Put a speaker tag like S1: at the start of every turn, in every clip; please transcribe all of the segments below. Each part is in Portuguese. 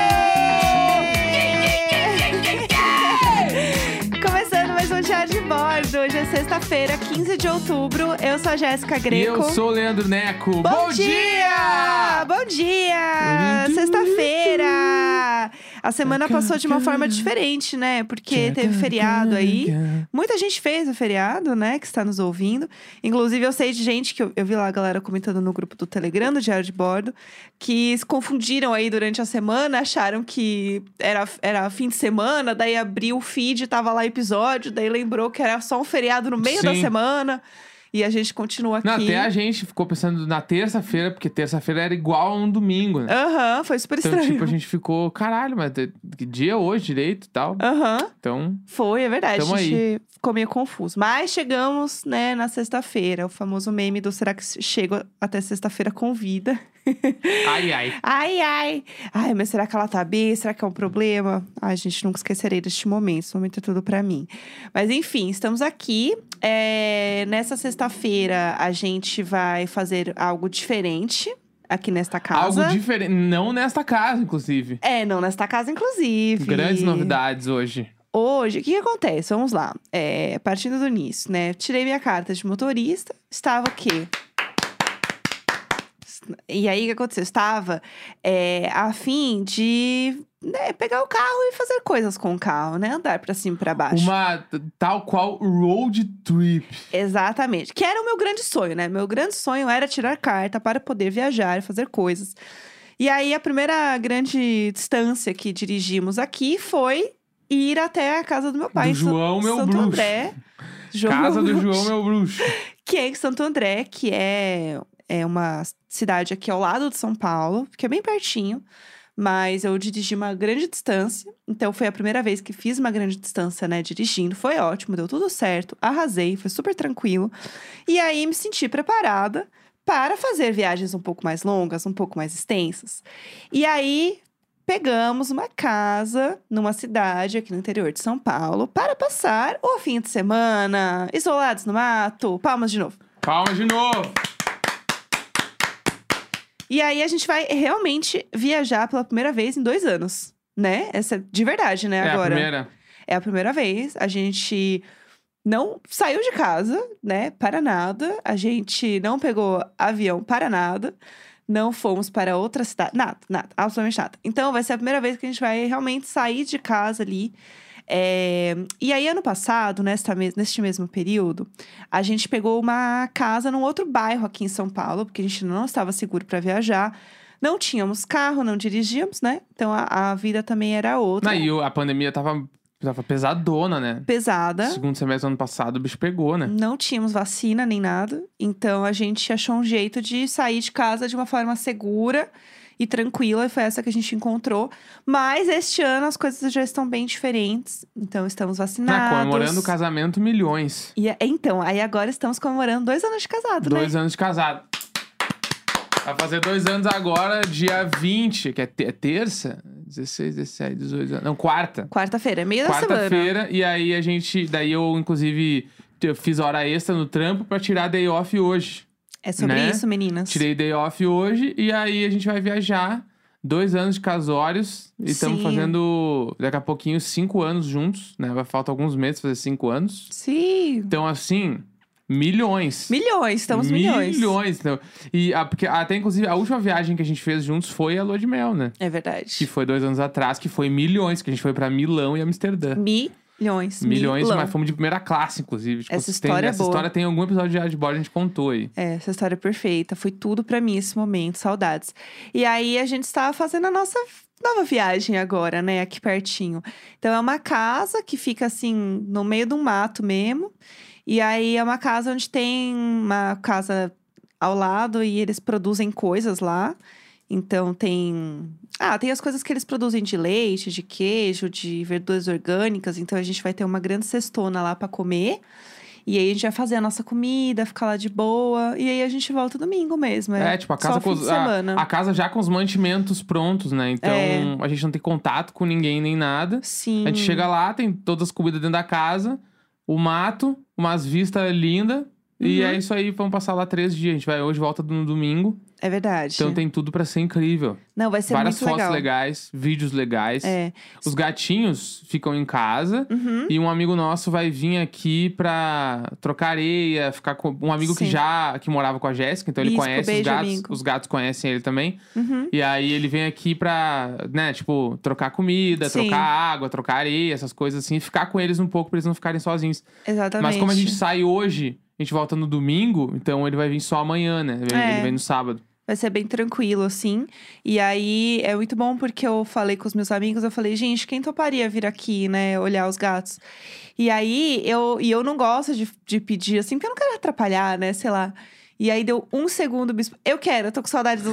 S1: um Record. Hoje é sexta-feira, 15 de outubro. Eu sou a Jéssica
S2: E
S1: Greco.
S2: eu sou o Leandro Neco. Bom,
S1: Bom dia! Bom dia! Sexta-feira! A semana
S2: Tá
S1: passou de uma forma diferente, né? Porque teve feriado aí. Muita gente fez o feriado, né? Que está nos ouvindo. Inclusive, eu sei de gente que eu, eu vi lá a galera comentando no grupo do Telegram, do Diário de Bordo, que se confundiram aí durante a semana, acharam que era, era fim de semana, daí abriu o feed, tava lá episódio, daí lembrou que era só um feriado no meio da
S2: Sim.
S1: semana. E a gente continua aqui.
S2: Não, até a gente ficou pensando na terça-feira, porque terça-feira era igual a um domingo, né?
S1: Aham, foi super
S2: Então,
S1: É estranho.
S2: tipo, a gente ficou, caralho, mas de- que dia é hoje direito e tal.
S1: Aham,
S2: Então,
S1: foi, é verdade.
S2: Tamo
S1: a gente ficou meio confuso. Mas chegamos, né, na sexta-feira. O famoso meme do será que chego até sexta-feira com vida?
S2: ai, ai.
S1: Ai, ai. Ai, mas será que ela tá bem? Será que é um problema? Ai, gente, nunca esquecerei deste momento. Esse momento é tudo pra mim. Mas enfim, estamos aqui. É, nessa sexta-feira, a gente vai fazer algo diferente aqui nesta casa.
S2: Algo diferente. Não nesta casa, inclusive.
S1: É, não, nesta casa, inclusive.
S2: Grandes novidades hoje.
S1: Hoje, o que, que acontece? Vamos lá. É, partindo do início, né? Tirei minha carta de motorista, estava o quê? E aí, o que aconteceu? Eu Estava é, a fim de né, pegar o carro e fazer coisas com o carro, né? Andar pra cima e pra baixo.
S2: Uma t- tal qual road trip.
S1: Exatamente. Que era o meu grande sonho, né? Meu grande sonho era tirar carta para poder viajar e fazer coisas. E aí, a primeira grande distância que dirigimos aqui foi ir até a casa do meu pai.
S2: Do
S1: em Sa-
S2: João, meu
S1: Santo
S2: bruxo.
S1: André. João,
S2: Casa
S1: meu
S2: do
S1: bruxo.
S2: João, meu bruxo.
S1: Que é em Santo André, que é, é uma cidade aqui ao lado de São Paulo, que é bem pertinho. Mas eu dirigi uma grande distância. Então, foi a primeira vez que fiz uma grande distância, né? Dirigindo. Foi ótimo, deu tudo certo. Arrasei, foi super tranquilo. E aí, me senti preparada para fazer viagens um pouco mais longas, um pouco mais extensas. E aí, pegamos uma casa numa cidade aqui no interior de São Paulo para passar o fim de semana, isolados no mato, palmas de novo.
S2: Palmas de novo.
S1: E aí a gente vai realmente viajar pela primeira vez em dois anos, né? Essa é de verdade, né?
S2: É a
S1: agora.
S2: primeira.
S1: É a primeira vez. A gente não saiu de casa, né? Para nada. A gente não pegou avião para nada. Não fomos para outra cidade. Nada, nada. Absolutamente nada. Então, vai ser a primeira vez que a gente vai realmente sair de casa ali. É, E aí, ano passado, nesta mes- neste mesmo período, a gente pegou uma casa num outro bairro aqui em São Paulo, porque a gente não estava seguro para viajar. Não tínhamos carro, não dirigíamos, né? Então a, a vida também era outra.
S2: Não, e o- a pandemia tava, tava pesadona, né?
S1: Pesada.
S2: Segundo semestre do ano passado, o bicho pegou, né?
S1: Não tínhamos vacina nem nada, então a gente achou um jeito de sair de casa de uma forma segura e tranquila, e foi essa que a gente encontrou. Mas este ano as coisas já estão bem diferentes, então estamos
S2: Tá
S1: vacinados.
S2: comemorando o casamento milhões.
S1: E é- então, aí agora estamos comemorando dois anos de casado, né?
S2: Dois anos de casado. Vai fazer dois anos agora, dia 20, que é, te- é terça? 16, 17, 18 anos. Não, quarta.
S1: Quarta-feira, é meio da semana.
S2: Quarta-feira, e aí a gente. Daí eu, inclusive, eu fiz hora extra no trampo pra tirar day off hoje.
S1: É sobre
S2: né?
S1: isso, meninas.
S2: Tirei day off hoje e aí a gente vai viajar. Dois anos de casórios e estamos
S1: Sim.
S2: fazendo daqui a pouquinho cinco anos juntos, né? Vai faltar alguns meses pra fazer cinco anos.
S1: Sim.
S2: Então, assim, milhões.
S1: Milhões, estamos milhões.
S2: Milhões. Então, e a- porque até, inclusive, a última viagem que a gente fez juntos foi a Lua de Mel, né?
S1: É
S2: Que
S1: verdade.
S2: foi dois anos atrás, que foi milhões, que a gente foi pra Milão e Amsterdã.
S1: Milhões.
S2: Milhões,
S1: milão.
S2: mas fomos de primeira classe, inclusive. Tipo,
S1: Essa
S2: tem-
S1: história é
S2: essa
S1: boa.
S2: história tem algum episódio de Diário de Bordo, a gente contou aí.
S1: É, essa história é perfeita. Foi tudo pra mim esse momento, saudades. E aí a gente estava fazendo a nossa nova viagem agora, né, aqui pertinho. Então é uma casa que fica assim no meio do mato mesmo. E aí é uma casa onde tem uma casa ao lado e eles produzem coisas lá. Então tem, ah, tem as coisas que eles produzem de leite, de queijo, de verduras orgânicas. Então a gente vai ter uma grande cestona lá pra comer. E aí a gente vai fazer a nossa comida, ficar lá de boa. E aí a gente volta domingo mesmo.
S2: É,
S1: É,
S2: tipo, a
S1: só
S2: casa,
S1: o fim
S2: com
S1: de
S2: os-
S1: semana.
S2: a, a casa já com os mantimentos prontos, né? Então,
S1: É.
S2: a gente não tem contato com ninguém nem nada.
S1: Sim.
S2: A gente chega lá, tem todas as comidas dentro da casa, o mato, umas vistas lindas. E
S1: Uhum.
S2: é isso aí, vamos passar lá três dias. A gente vai hoje, volta no domingo.
S1: É verdade.
S2: Então tem tudo pra ser incrível.
S1: Não, vai ser
S2: Várias
S1: muito
S2: fotos
S1: legal.
S2: legais, vídeos legais.
S1: É.
S2: Os gatinhos ficam em casa.
S1: Uhum.
S2: E um amigo nosso vai vir aqui pra trocar areia, ficar com um amigo que
S1: Sim.
S2: já que morava com a Jéssica, então ele
S1: Bispo,
S2: conhece os
S1: beijo,
S2: gatos,
S1: amigo.
S2: os gatos conhecem ele também.
S1: Uhum.
S2: E aí ele vem aqui pra, né, tipo, trocar comida,
S1: Sim.
S2: trocar água, trocar areia, essas coisas assim, e ficar com eles um pouco pra eles não ficarem sozinhos.
S1: Exatamente.
S2: Mas como a gente sai hoje, a gente volta no domingo, então ele vai vir só amanhã, né? Ele
S1: É.
S2: ele vem no sábado.
S1: Vai ser bem tranquilo, assim. E aí é muito bom porque eu falei com os meus amigos, eu falei, gente, quem toparia vir aqui, né? Olhar os gatos. E aí eu, e eu não gosto de, de pedir, assim, porque eu não quero atrapalhar, né? Sei lá. E aí deu um segundo, o bispo. Eu quero, eu tô com saudade dos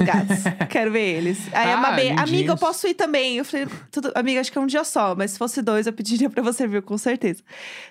S1: gatos. quero ver eles. Aí
S2: Ah,
S1: a Mabê, amiga, eu
S2: lindinhos.
S1: posso ir também. Eu falei, tudo, amiga, acho que é um dia só, mas se fosse dois, eu pediria pra você vir, com certeza.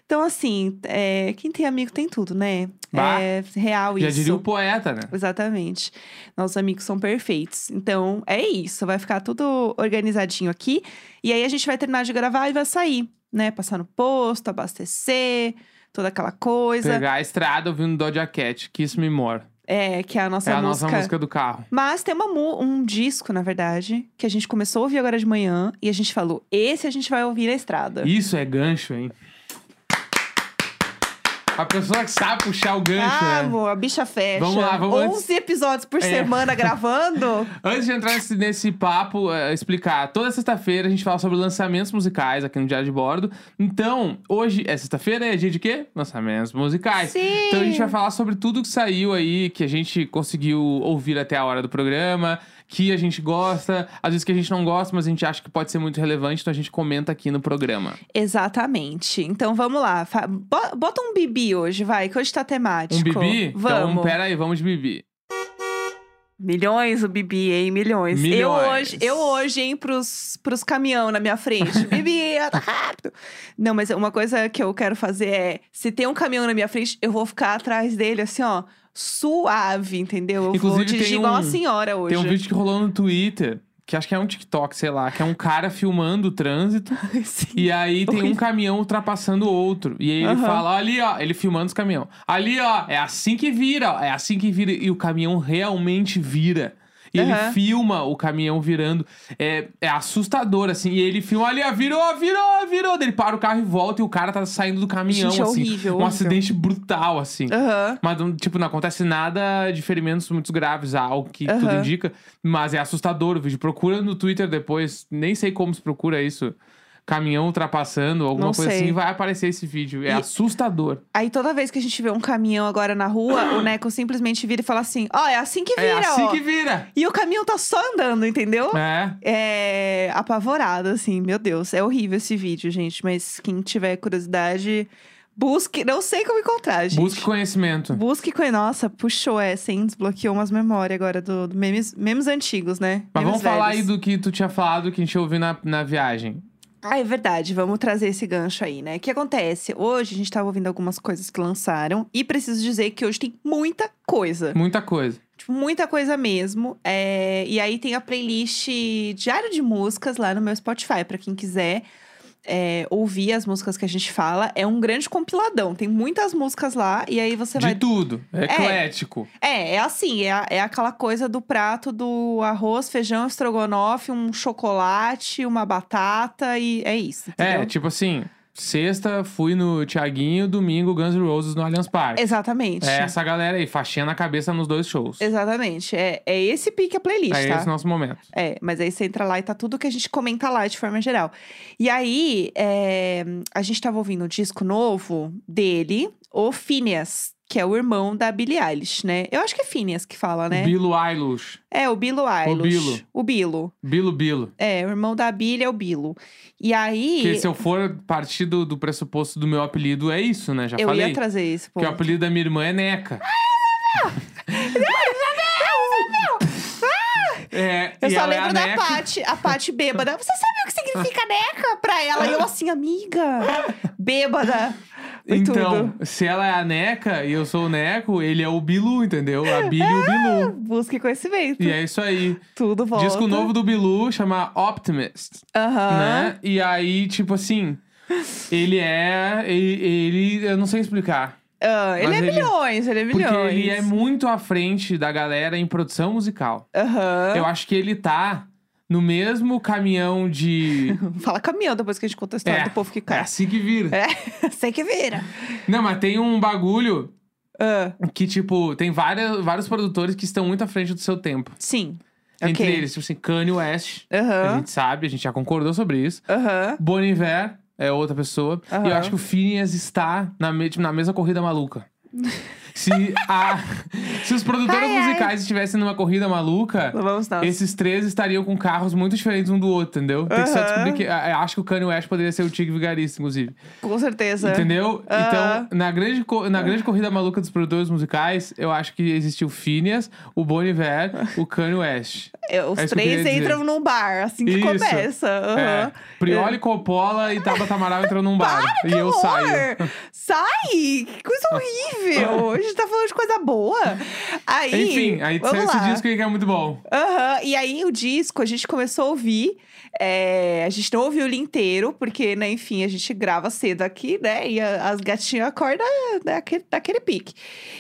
S1: Então, assim, é, quem tem amigo tem tudo, né?
S2: Bah.
S1: É real
S2: Já
S1: isso.
S2: diria o poeta, né?
S1: Exatamente. Nossos amigos são perfeitos. Então, é isso. Vai ficar tudo organizadinho aqui. E aí, a gente vai terminar de gravar e vai sair, né? Passar no posto, abastecer, toda aquela coisa.
S2: Pegar a estrada ouvindo Doja Cat, Kiss Me More.
S1: É, que é a nossa
S2: é a
S1: música.
S2: nossa música do carro.
S1: Mas tem uma mu- um disco, na verdade, que a gente começou a ouvir agora de manhã. E a gente falou, esse a gente vai ouvir na estrada.
S2: Isso é gancho, hein? A pessoa que sabe puxar o gancho,
S1: ah,
S2: né?
S1: amor, a bicha fecha.
S2: Vamos lá, vamos
S1: 11
S2: antes-
S1: episódios por
S2: É.
S1: semana gravando.
S2: Antes de entrar nesse, nesse papo, eh, explicar. Toda sexta-feira a gente fala sobre lançamentos musicais aqui no Diário de Bordo. Então, hoje é sexta-feira, é dia de quê? Lançamentos musicais.
S1: Sim.
S2: Então a gente vai falar sobre tudo que saiu aí, que a gente conseguiu ouvir até a hora do programa, que a gente gosta, às vezes que a gente não gosta, mas a gente acha que pode ser muito relevante, então a gente comenta aqui no programa.
S1: Exatamente. Então vamos lá. Fa- bo- Bota um bibi hoje, vai, que hoje tá temático.
S2: Um bibi?
S1: Vamos.
S2: Então, pera aí, vamos de bibi.
S1: Milhões o bibi, hein? Milhões. Eu
S2: Milhões.
S1: hoje, eu hoje, hein, pros, pros caminhão na minha frente. bibi, anda rápido. Não, mas uma coisa que eu quero fazer é: se tem um caminhão na minha frente, eu vou ficar atrás dele, assim, ó, suave, entendeu? Eu
S2: Inclusive,
S1: vou
S2: tem
S1: dirigir igual
S2: um-
S1: a senhora hoje.
S2: Tem um vídeo que rolou no Twitter, que acho que é um TikTok, sei lá, que é um cara filmando o trânsito.
S1: Sim.
S2: E aí tem um
S1: Horrível.
S2: caminhão ultrapassando o outro. E aí ele
S1: Aham.
S2: fala, ali ó, ele filmando os caminhão. Ali ó, é assim que vira, ó, é assim que vira. E o caminhão realmente vira. E ele
S1: Aham.
S2: filma o caminhão virando. É, é assustador, assim. E ele filma ali, ó, virou, virou, virou. Daí Ele para o carro e volta e o cara tá saindo do caminhão,
S1: Gente, é
S2: assim.
S1: horrível,
S2: um
S1: horrível.
S2: acidente brutal, assim.
S1: Aham.
S2: Mas, não- tipo, não acontece nada de ferimentos muito graves, algo que tudo
S1: Aham.
S2: indica. Mas é assustador o vídeo. Procura no Twitter depois, nem sei como se procura isso. Caminhão ultrapassando, alguma
S1: Não
S2: coisa
S1: sei.
S2: assim, vai aparecer esse vídeo. É
S1: E-
S2: assustador.
S1: Aí toda vez que a gente vê um caminhão agora na rua, o Neco simplesmente vira e fala assim: ó, é assim que vira,
S2: é assim
S1: ó.
S2: que vira!
S1: E o caminhão tá só andando, entendeu?
S2: É.
S1: É apavorado, assim, meu Deus. É horrível esse vídeo, gente. Mas quem tiver curiosidade, busque. Não sei como encontrar, gente.
S2: Busque conhecimento.
S1: Busque com. Nossa, puxou essa, hein? Desbloqueou umas memórias agora do, do memes, memes antigos, né?
S2: Mas
S1: memes
S2: vamos falar aí
S1: velhos.
S2: do que tu tinha falado que a gente ouviu na, na viagem.
S1: Ah, é verdade. Vamos trazer esse gancho aí, né? O que acontece? Hoje a gente tava ouvindo algumas coisas que lançaram. E preciso dizer que hoje tem muita coisa.
S2: Muita coisa.
S1: Tipo, muita coisa mesmo. É, E aí tem a playlist Diário de Músicas lá no meu Spotify, pra quem quiser é, ouvir as músicas que a gente fala. É um grande compiladão, tem muitas músicas lá, e aí você
S2: de
S1: vai.
S2: tudo. É eclético.
S1: É, é assim, é, a- é aquela coisa do prato do arroz, feijão, estrogonofe, um chocolate, uma batata, e é isso.
S2: É,
S1: entendeu?
S2: tipo assim, sexta fui no Tiaguinho, domingo Guns N' Roses no Allianz Parque.
S1: Exatamente.
S2: É essa galera aí, faixinha na cabeça nos dois shows.
S1: Exatamente. É, é esse pique a playlist,
S2: É
S1: tá?
S2: esse nosso momento.
S1: É, mas aí você entra lá e tá tudo que a gente comenta lá de forma geral. E aí, é, a gente tava ouvindo um disco novo dele, o Phineas, que é o irmão da Billie Eilish, né? Eu acho que é Phineas que fala, né?
S2: Bilo Eilish.
S1: É, o Bilo Eilish.
S2: Bilo.
S1: O Bilo.
S2: Bilo Bilo.
S1: É, o irmão da Billie é o Bilo. E aí,
S2: Porque se eu for partir do, do pressuposto do meu apelido, é isso, né? Já
S1: eu
S2: falei.
S1: ia trazer esse
S2: Que o
S1: ponto.
S2: apelido da minha irmã é Neca. É,
S1: Eu
S2: e
S1: só
S2: ela é
S1: lembro
S2: a
S1: da
S2: Neca.
S1: Paty, a Paty bêbada. Você sabe o que significa neca pra ela? E eu assim, amiga, bêbada. Foi
S2: Então,
S1: tudo.
S2: se ela é a Neca e eu sou o Neco, ele é o Bilu, entendeu? A Billy e o Bilu.
S1: Busque conhecimento.
S2: E é isso aí.
S1: Tudo volta.
S2: Disco novo do Bilu chama Optimist.
S1: Aham.
S2: né? E aí, tipo assim, ele é. Ele, ele- Eu não sei explicar.
S1: Ah, ele
S2: Mas
S1: é
S2: ele-
S1: milhões, ele é
S2: Porque
S1: milhões.
S2: ele é muito à frente da galera em produção musical.
S1: Aham.
S2: Eu acho que ele tá no mesmo caminhão de.
S1: Fala caminhão depois que a gente conta a história
S2: É.
S1: do povo que
S2: É
S1: cai.
S2: assim que vira.
S1: Sei que vira.
S2: Não, mas tem um bagulho
S1: Ah,
S2: que, tipo, tem várias, vários produtores que estão muito à frente do seu tempo.
S1: sim.
S2: Entre
S1: ok.
S2: eles, tipo assim, Kanye West, a
S1: Aham.
S2: gente sabe, a gente já concordou sobre isso.
S1: Aham.
S2: Bon Iver é outra pessoa.
S1: Aham.
S2: E eu acho que o Phineas está na, me- tipo, na mesma corrida maluca. Se, a- se os produtores
S1: Ai, ai.
S2: musicais estivessem numa corrida maluca,
S1: Não Vamos nós.
S2: esses três estariam com carros muito diferentes um do outro, entendeu? Tem que só
S1: Aham.
S2: descobrir que. a- a- Acho que o Kanye West poderia ser o Tig Vigarista, inclusive.
S1: Com certeza.
S2: Entendeu?
S1: É. Aham.
S2: Então, na grande, co- na grande corrida maluca dos produtores musicais, eu acho que existiu o Phineas, o Bon Iver, o Kanye West.
S1: É, Os
S2: É isso que eu
S1: três
S2: queria dizer.
S1: entram num bar, assim que
S2: Isso.
S1: começa. Aham.
S2: É, Prioli, Coppola e Tabata Amaral entram num bar. e eu
S1: horror!
S2: saio.
S1: Sai! Que coisa horrível! A gente tá falando de coisa boa. Aí,
S2: Enfim, aí
S1: vamos
S2: saiu esse
S1: lá.
S2: disco aí que é muito bom.
S1: Aham, E aí o disco a gente começou a ouvir. é, a gente não ouviu ele inteiro, porque, né, enfim, a gente grava cedo aqui, né? E a- as gatinhas acordam daquele, daquele pique.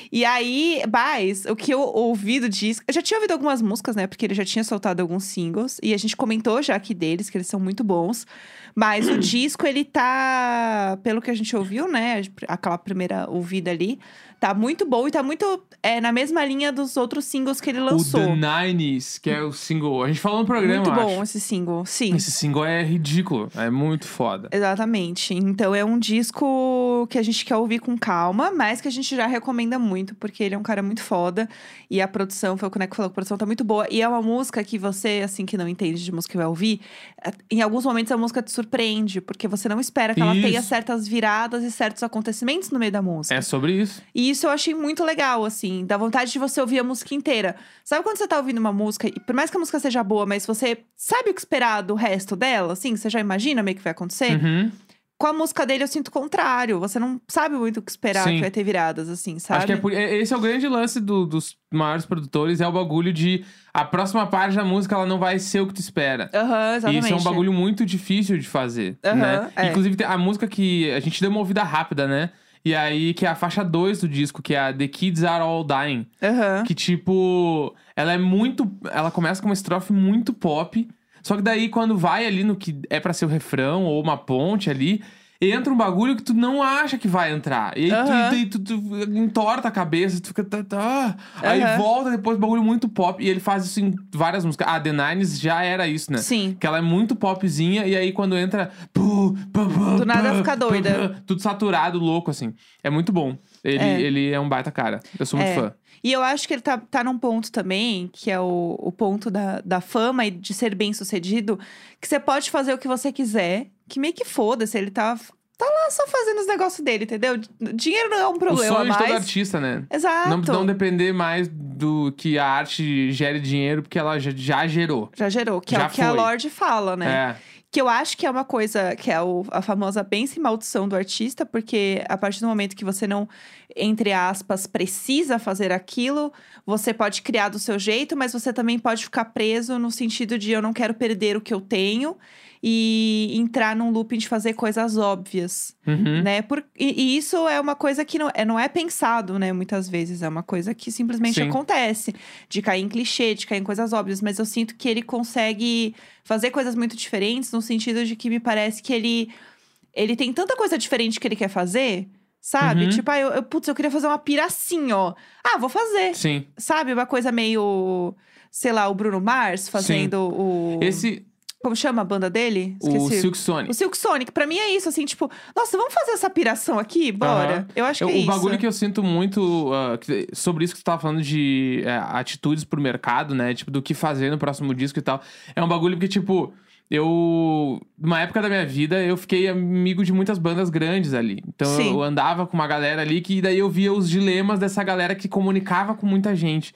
S1: E aí, mas o que eu ouvi do disco. Eu já tinha ouvido algumas músicas, né? Porque ele já tinha soltado alguns singles. E a gente comentou já aqui deles, que eles são muito bons. Mas o disco, ele tá, pelo que a gente ouviu, né? Aquela primeira ouvida ali, tá muito bom e tá muito é, na mesma linha dos outros singles que ele lançou.
S2: O The Nines, que é o single. A gente falou no programa,
S1: Muito
S2: eu
S1: bom
S2: acho.
S1: esse single, sim.
S2: Esse single é ridículo, é muito foda.
S1: Exatamente. Então é um disco que a gente quer ouvir com calma, mas que a gente já recomenda muito, porque ele é um cara muito foda. E a produção, foi o Coneco que falou que a produção tá muito boa. E é uma música que você, assim, que não entende de música e vai ouvir, eh, em alguns momentos a música te surpreende, porque você não espera que ela
S2: Isso.
S1: tenha certas viradas e certos acontecimentos no meio da música.
S2: É sobre isso.
S1: E isso eu achei muito legal, assim. Dá vontade de você ouvir a música inteira. Sabe quando você tá ouvindo uma música, e por mais que a música seja boa, mas você sabe o que esperar do resto dela, assim? Você já imagina meio que vai acontecer?
S2: Uhum.
S1: Com a música dele eu sinto o contrário. Você não sabe muito o que esperar
S2: Sim.
S1: que vai ter viradas, assim, sabe?
S2: Acho que é por... é- esse é o grande lance do- dos maiores produtores, é o bagulho de a próxima parte da música ela não vai ser o que tu espera.
S1: Aham,
S2: E
S1: exatamente.
S2: isso é um bagulho muito difícil de fazer,
S1: Aham,
S2: né?
S1: é.
S2: Inclusive, tem a música que a gente deu uma ouvida rápida, né? E aí, que é a faixa 2 do disco, que é a The Kids Are All Dying.
S1: Aham.
S2: Que, tipo, ela é muito. Ela começa com uma estrofe muito pop. Só que daí, quando vai ali no que é pra ser o refrão ou uma ponte ali, entra um bagulho que tu não acha que vai entrar. E aí tu-
S1: Aham.
S2: daí tu, tu entorta a cabeça, tu fica. tá, tá. Aí
S1: Aham.
S2: volta depois, bagulho muito pop. E ele faz isso em várias músicas. A The Nines já era isso, né?
S1: Sim.
S2: Que ela é muito popzinha, e aí quando entra.
S1: Do
S2: Do
S1: nada fica doida.
S2: Tudo saturado, louco, assim. É muito bom. Ele
S1: É.
S2: é, ele é um baita cara. Eu sou muito
S1: É.
S2: fã.
S1: E eu acho que ele tá, tá num ponto também, que é o, o ponto da, da fama e de ser bem sucedido, que você pode fazer o que você quiser, que meio que foda-se, ele tá, tá lá só fazendo os negócios dele, entendeu? Dinheiro não é um
S2: o
S1: problema
S2: sonho de todo
S1: mais.
S2: artista, né?
S1: Exato.
S2: Não, não depender mais do que a arte gere dinheiro, porque ela já, já gerou.
S1: Já gerou, que é
S2: Já
S1: o que a
S2: foi.
S1: Lorde fala, né?
S2: É.
S1: Que eu acho que é uma coisa que é o- a famosa benção e maldição do artista, porque a partir do momento que você não, entre aspas, precisa fazer aquilo, você pode criar do seu jeito, mas você também pode ficar preso no sentido de eu não quero perder o que eu tenho e entrar num looping de fazer coisas óbvias
S2: Uhum.
S1: né? Por- e, e isso é uma coisa que não é, não é pensado, né? Muitas vezes é uma coisa que simplesmente
S2: Sim.
S1: acontece, de cair em clichê, de cair em coisas óbvias. Mas eu sinto que ele consegue fazer coisas muito diferentes no sentido de que me parece que ele ele tem tanta coisa diferente que ele quer fazer. Sabe?
S2: Uhum.
S1: Tipo, ah, eu, eu, putz, eu queria fazer uma pira assim, ó. Ah, vou fazer.
S2: Sim.
S1: Sabe? Uma coisa meio. Sei lá, o Bruno Mars fazendo o.
S2: Esse,
S1: Como chama a banda dele?
S2: o Silk Sonic.
S1: O Silk Sonic, pra mim é isso, assim, tipo, nossa, vamos fazer essa piração aqui? Bora.
S2: Aham.
S1: Eu acho que
S2: Eu-
S1: é
S2: o
S1: isso.
S2: bagulho que eu sinto muito ah, que- sobre isso que tu tava falando de é, atitudes pro mercado, né? Tipo, do que fazer no próximo disco e tal. É um bagulho que, tipo, eu. Numa época da minha vida, eu fiquei amigo de muitas bandas grandes ali. Então
S1: Sim.
S2: eu andava com uma galera ali que daí eu via os dilemas dessa galera que comunicava com muita gente.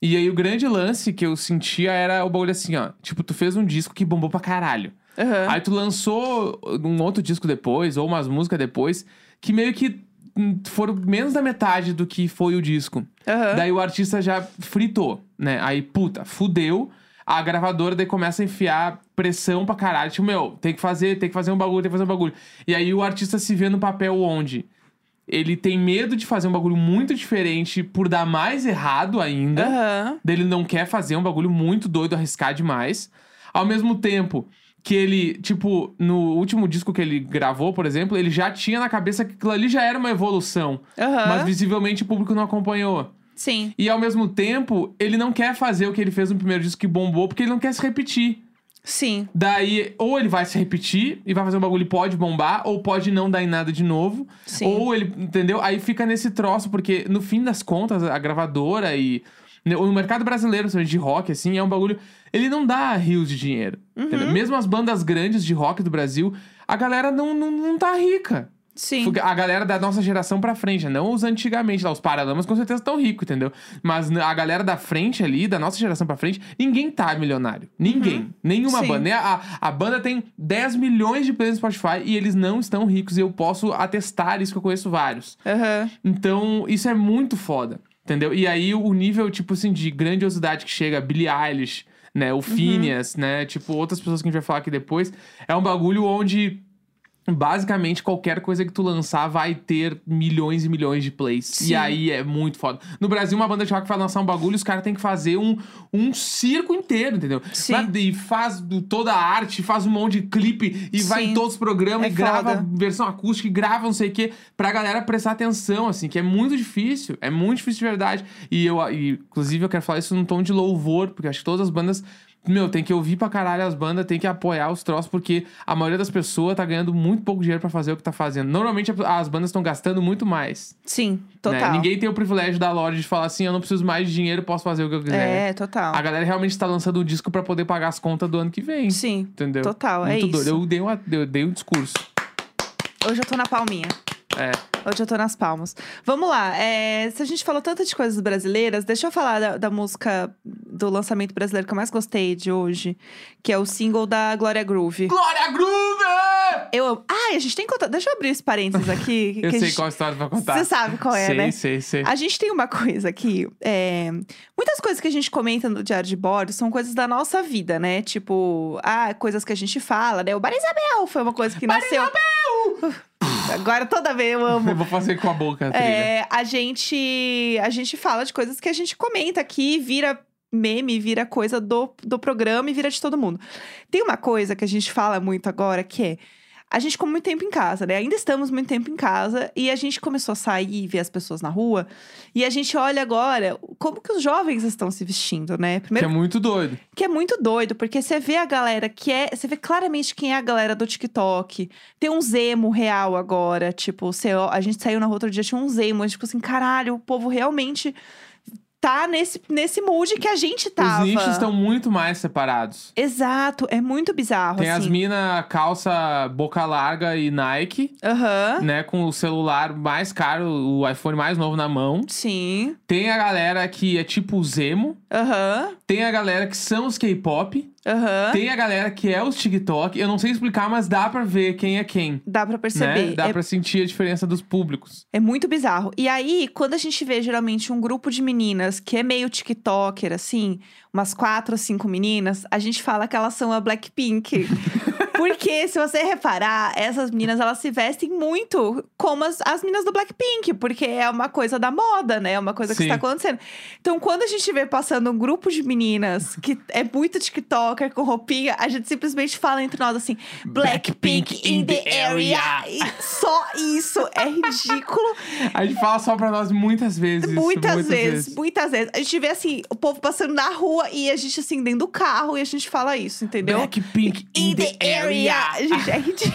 S2: E aí o grande lance que eu sentia era o bagulho assim, ó. Tipo, tu fez um disco que bombou pra caralho.
S1: Aham.
S2: Aí tu lançou um outro disco depois, ou umas músicas depois, que meio que hum, foram menos da metade do que foi o disco.
S1: aham.
S2: Daí o artista já fritou, né? Aí, puta, fudeu. A gravadora daí começa a enfiar pressão pra caralho. Tipo, meu, tem que fazer, tem que fazer um bagulho, tem que fazer um bagulho. E aí o artista se vê no papel onde? ele tem medo de fazer um bagulho muito diferente por dar mais errado ainda.
S1: Aham.
S2: Daí ele não quer fazer um bagulho muito doido, arriscar demais. Ao mesmo tempo que ele, tipo, no último disco que ele gravou, por exemplo, ele já tinha na cabeça que aquilo ali já era uma evolução. Mas
S1: Aham.
S2: visivelmente o público não acompanhou.
S1: Sim.
S2: E ao mesmo tempo, ele não quer fazer o que ele fez no primeiro disco que bombou, porque ele não quer se repetir.
S1: Sim.
S2: Daí, ou ele vai se repetir e vai fazer um bagulho e pode bombar, ou pode não dar em nada de novo.
S1: Sim.
S2: Ou ele, entendeu? Aí fica nesse troço, porque no fim das contas, a gravadora e. né, O mercado brasileiro, principalmente de rock, assim, é um bagulho. Ele não dá rios de dinheiro. entendeu? Mesmo as bandas grandes de rock do Brasil, a galera não, não, não tá rica.
S1: Sim.
S2: Porque A galera da nossa geração pra frente, né? não os antigamente, lá, os paralamas com certeza estão ricos, entendeu? Mas n- a galera da frente ali, da nossa geração pra frente, ninguém tá milionário. Ninguém. Nenhuma
S1: Uhum. Sim.
S2: banda. né? A, a banda tem 10 milhões de plays no Spotify e eles não estão ricos. E eu posso atestar isso que eu conheço vários.
S1: Aham.
S2: Então, isso é muito foda, entendeu? E aí, o nível, tipo assim, de grandiosidade que chega, Billie Eilish, né? O Phineas, né? Tipo, outras pessoas que a gente vai falar aqui depois. É um bagulho onde, basicamente, qualquer coisa que tu lançar vai ter milhões e milhões de plays.
S1: Sim.
S2: E aí, é muito foda. No Brasil, uma banda de rock vai lançar um bagulho, os caras têm que fazer um, um circo inteiro, entendeu?
S1: Sim.
S2: Vai- E faz do- toda a arte, faz um monte de clipe e vai
S1: Sim.
S2: em todos os programas
S1: É
S2: e grava
S1: foda.
S2: versão acústica e grava não sei o quê, pra galera prestar atenção, assim, que é muito difícil, é muito difícil de verdade. E eu, e, inclusive, eu quero falar isso num tom de louvor, porque acho que todas as bandas. Meu, tem que ouvir pra caralho as bandas, tem que apoiar os troços, porque a maioria das pessoas tá ganhando muito pouco dinheiro pra fazer o que tá fazendo. Normalmente as bandas estão gastando muito mais.
S1: Sim.
S2: né?
S1: Total.
S2: Ninguém tem o privilégio da loja de falar assim: eu não preciso mais de dinheiro, posso fazer o que eu quiser.
S1: É, total.
S2: A galera realmente tá lançando um disco pra poder pagar as contas do ano que vem.
S1: Sim.
S2: Entendeu?
S1: Total, é
S2: Muito
S1: isso.
S2: doido. Eu dei, uma, eu dei um discurso.
S1: Hoje eu tô na palminha.
S2: É.
S1: Hoje eu tô nas palmas. Vamos lá. é, se a gente falou tanto de coisas brasileiras, deixa eu falar da, da música do lançamento brasileiro que eu mais gostei de hoje, que é o single da Glória Groove.
S2: Glória Groove!
S1: Eu amo. Ah, a gente tem que contar. Deixa eu abrir esse parênteses aqui. que
S2: Eu
S1: a
S2: sei
S1: gente-
S2: qual história tu vai contar.
S1: Você sabe qual é,
S2: sei,
S1: né?
S2: Sei, sei,
S1: A gente tem uma coisa aqui. é, Muitas coisas que a gente comenta no Diário de Bordo são coisas da nossa vida, né? Tipo, ah, coisas que a gente fala, né? O Bar Isabel foi uma coisa que nasceu. Agora toda vez eu amo.
S2: Eu vou fazer com a boca a trilha.
S1: É, a gente a gente fala de coisas que a gente comenta aqui, vira meme, vira coisa do, do programa e vira de todo mundo. Tem uma coisa que a gente fala muito agora que é a gente ficou muito tempo em casa, né? Ainda estamos muito tempo em casa e a gente começou a sair e ver as pessoas na rua e a gente olha agora como que os jovens estão se vestindo, né?
S2: Que
S1: Primeiro
S2: é muito doido.
S1: que é muito doido, porque você vê a galera que é. Você vê claramente quem é a galera do TikTok. Tem um Zemo real agora. Tipo, você, ó- a gente saiu na rua outro dia, tinha um Zemo. A gente ficou assim, caralho, o povo realmente tá nesse, nesse mood que a gente tava.
S2: Os nichos estão muito mais separados.
S1: Exato, é muito bizarro.
S2: Tem as
S1: assim.
S2: mina calça boca larga e Nike,
S1: Aham.
S2: né? Com o celular mais caro, o iPhone mais novo na mão.
S1: Sim.
S2: Tem a galera que é tipo o Zemo.
S1: Aham.
S2: Tem a galera que são os K-pop.
S1: Aham.
S2: Tem a galera que é os TikTok. Eu não sei explicar, mas dá pra ver quem é quem.
S1: Dá pra perceber.
S2: Né? Dá
S1: é
S2: pra sentir a diferença dos públicos.
S1: É muito bizarro. E aí, quando a gente vê geralmente um grupo de meninas que é meio TikToker, assim, umas quatro ou cinco meninas, a gente fala que elas são a Blackpink. Porque, se você reparar, essas meninas elas se vestem muito como as, as meninas do Blackpink, porque é uma coisa da moda, né? É uma coisa que
S2: Sim.
S1: está acontecendo. Então, quando a gente vê passando um grupo de meninas que é muito TikToker com roupinha, a gente simplesmente fala entre nós assim: Blackpink, in the, area. E Só isso é ridículo.
S2: A gente fala só pra nós muitas vezes. isso,
S1: muitas, vezes, muitas vezes. A gente vê assim, o povo passando na rua e a gente assim dentro do carro e a gente fala isso, entendeu?
S2: Blackpink in the area.
S1: Gente, é ridículo.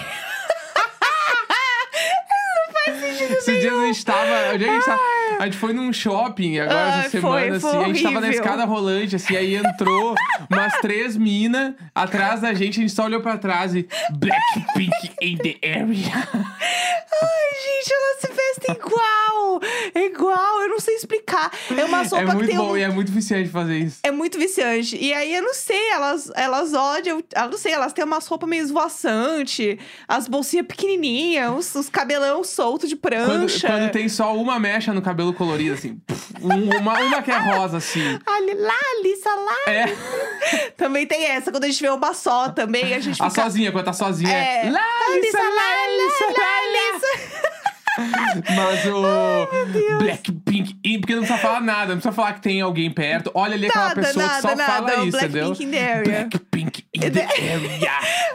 S2: Esses dias a gente tava. Onde é que a gente tava? A gente foi num shopping agora
S1: Ai,
S2: essa
S1: Ah, foi,
S2: semana,
S1: foi
S2: assim. A gente tava na
S1: horrível.
S2: escada rolante, assim, aí entrou umas três minas atrás da gente, a gente só olhou pra trás e. Blackpink in the area.
S1: Ai, gente, elas se vestem igual. É igual, eu não sei explicar. É uma
S2: É
S1: sopa que
S2: muito
S1: tem
S2: bom
S1: um
S2: e é muito viciante fazer isso.
S1: É muito viciante. E aí, eu não sei, elas, elas odiam. Eu não sei, elas têm umas roupas meio esvoaçante, as bolsinhas pequenininhas, os, os cabelão solto de
S2: Quando,
S1: prancha.
S2: quando tem só uma mecha no cabelo colorido, assim. um- uma, uma que é rosa, assim.
S1: Ali, lá, Alissa, lá.
S2: É.
S1: Também tem essa. Quando a gente vê uma só também, a gente fica...
S2: A tá sozinha, quando tá sozinha.
S1: É.
S2: Lá,
S1: Alissa,
S2: Alissa,
S1: lá,
S2: lá, Alissa,
S1: lá, Alissa.
S2: Mas o. Blackpink. E porque não precisa falar nada, não precisa falar que tem alguém perto. Olha ali
S1: nada,
S2: aquela pessoa
S1: nada,
S2: que só
S1: nada.
S2: fala
S1: o
S2: isso, entendeu?
S1: Blackpink in the area.
S2: Blackpink in the area.
S1: né?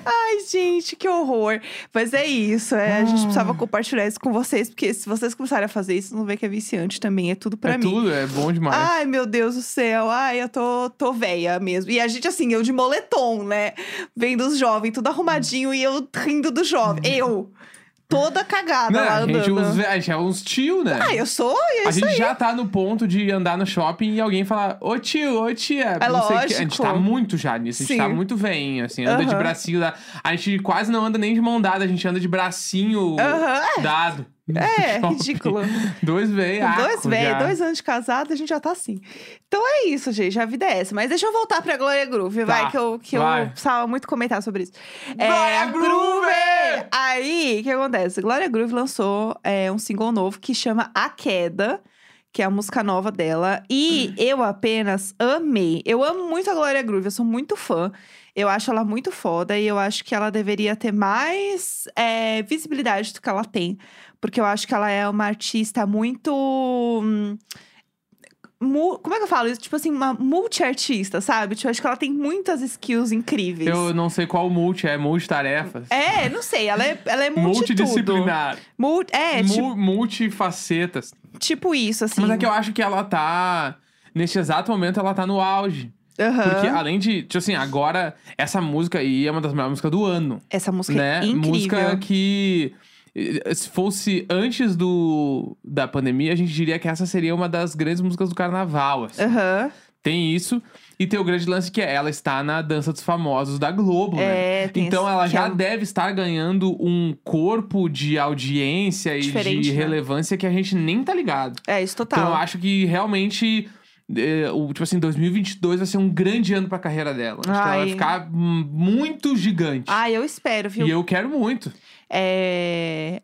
S1: Ai, gente, que horror. Mas é isso. é, a
S2: Hum.
S1: gente precisava compartilhar isso com vocês, porque se vocês começarem a fazer isso, vocês vão ver que é viciante também. É tudo pra
S2: é
S1: mim. Ah,
S2: tudo, é bom demais.
S1: Ai, meu Deus do céu. Ai, eu tô, tô véia mesmo. E a gente, assim, eu de moletom, né? Vendo os jovens, tudo arrumadinho e eu rindo do jovem. Eu, toda cagada
S2: Hum. Não,
S1: tá lá
S2: Né, a, gente
S1: andando.
S2: usa- a gente é uns tio, né?
S1: Ah, eu sou? E é
S2: a
S1: isso
S2: gente
S1: aí.
S2: já tá no ponto de andar no shopping e alguém falar, ô tio, ô tia.
S1: É
S2: não sei o que. A gente
S1: lógico.
S2: tá muito já nisso, a gente
S1: Sim.
S2: tá muito veinho, assim, anda de
S1: Aham.
S2: bracinho. Da... A gente quase não anda nem de mão dada, a gente anda de bracinho
S1: Aham, é.
S2: dado.
S1: É,
S2: Shopping.
S1: ridículo.
S2: Dois
S1: Com
S2: veiacos.
S1: dois velhos,
S2: já.
S1: dois anos de casado, a gente já tá assim. Então é isso, gente. A vida é essa. Mas deixa eu voltar pra Glória Groove,
S2: Tá,
S1: vai, que eu, que eu
S2: vai.
S1: precisava muito comentar sobre isso. É,
S2: Glória Groove!
S1: Aí, o que acontece? Glória Groove lançou é, um single novo que chama A Queda. Que é a música nova dela. E eu apenas amei. Eu amo muito a Glória Groove, eu sou muito fã. Eu acho ela muito foda e eu acho que ela deveria ter mais é, visibilidade do que ela tem. Porque eu acho que ela é uma artista muito. hum, mu- Como é que eu falo isso? Tipo assim, uma multi-artista, sabe? Tipo, eu acho que ela tem muitas skills incríveis.
S2: Eu não sei qual multi, é multitarefas.
S1: É, não sei, ela é, ela é multitudo.
S2: Multidisciplinar.
S1: Mul- É,
S2: Mu-
S1: ti- tipo,
S2: Multifacetas.
S1: isso, assim.
S2: Mas é que eu acho que ela tá. Neste exato momento, ela tá no auge.
S1: Aham.
S2: Porque além de. Tipo assim, agora, essa música aí é uma das maiores músicas do ano.
S1: Essa música
S2: né?
S1: é incrível.
S2: Música que. eh, Se fosse antes do, da pandemia, a gente diria que essa seria uma das grandes músicas do carnaval. assim.
S1: Aham.
S2: Tem isso. E tem o grande lance que é ela está na Dança dos Famosos da Globo, né?
S1: É, tem
S2: Então
S1: esse-
S2: ela
S1: que
S2: já
S1: é um-
S2: deve estar ganhando um corpo de audiência e
S1: Diferente,
S2: de
S1: né?
S2: relevância que a gente nem tá ligado.
S1: É, isso total.
S2: Então eu acho que realmente. é, o, tipo assim, 2022 vai ser um grande ano pra carreira dela. Acho que ela vai
S1: Ai.
S2: ficar hum, muito gigante.
S1: Ah, eu espero, viu?
S2: E eu quero muito.
S1: É,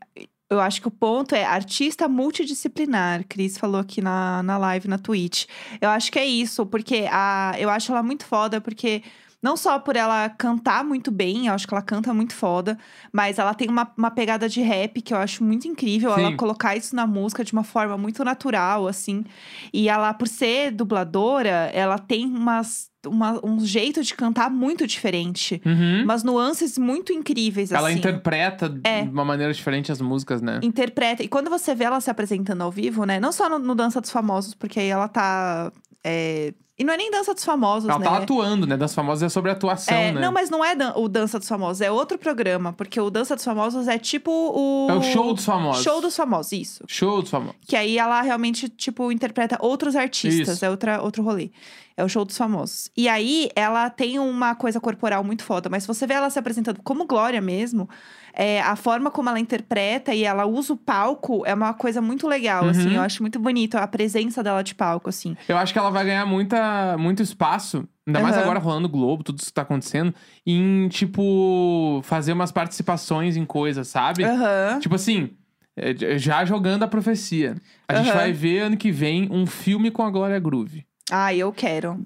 S1: Eu acho que o ponto é artista multidisciplinar. Cris falou aqui na, na live, na Twitch. Eu acho que é isso, porque a, eu acho ela muito foda, porque não só por ela cantar muito bem, eu acho que ela canta muito foda, mas ela tem uma, uma pegada de rap que eu acho muito incrível.
S2: Sim.
S1: Ela colocar isso na música de uma forma muito natural, assim. E ela, por ser dubladora, ela tem umas, uma- um jeito de cantar muito diferente.
S2: Uhum.
S1: Umas nuances muito incríveis,
S2: Ela
S1: assim
S2: interpreta
S1: É.
S2: de uma maneira diferente as músicas, né?
S1: interpreta. E quando você vê ela se apresentando ao vivo, né? Não só no, no Dança dos Famosos, porque aí ela tá. é, E não é nem Dança dos Famosos,
S2: Ela
S1: né?
S2: tá atuando, né? Das famosas é sobre atuação,
S1: é,
S2: né?
S1: Não, mas não é dan- o Dança dos Famosos, é outro programa, porque o Dança dos Famosos é tipo o.
S2: É o show dos famosos.
S1: Show dos Famosos, isso.
S2: Show dos famosos.
S1: Que aí ela realmente, tipo, interpreta outros artistas.
S2: Isso.
S1: É outra, outro rolê. É o show dos famosos. E aí, ela tem uma coisa corporal muito foda. Mas se você vê ela se apresentando como Glória mesmo, é, a forma como ela interpreta e ela usa o palco é uma coisa muito legal,
S2: Uhum.
S1: assim. Eu acho muito bonito a presença dela de palco, assim.
S2: Eu acho que ela vai ganhar muita, muito espaço, ainda mais
S1: Aham.
S2: agora rolando o Globo, tudo isso que tá acontecendo, em, tipo, fazer umas participações em coisas, sabe?
S1: Aham.
S2: Tipo assim, é, já jogando a profecia. A gente
S1: Aham.
S2: vai ver ano que vem um filme com a Glória Groove.
S1: Ai, eu quero.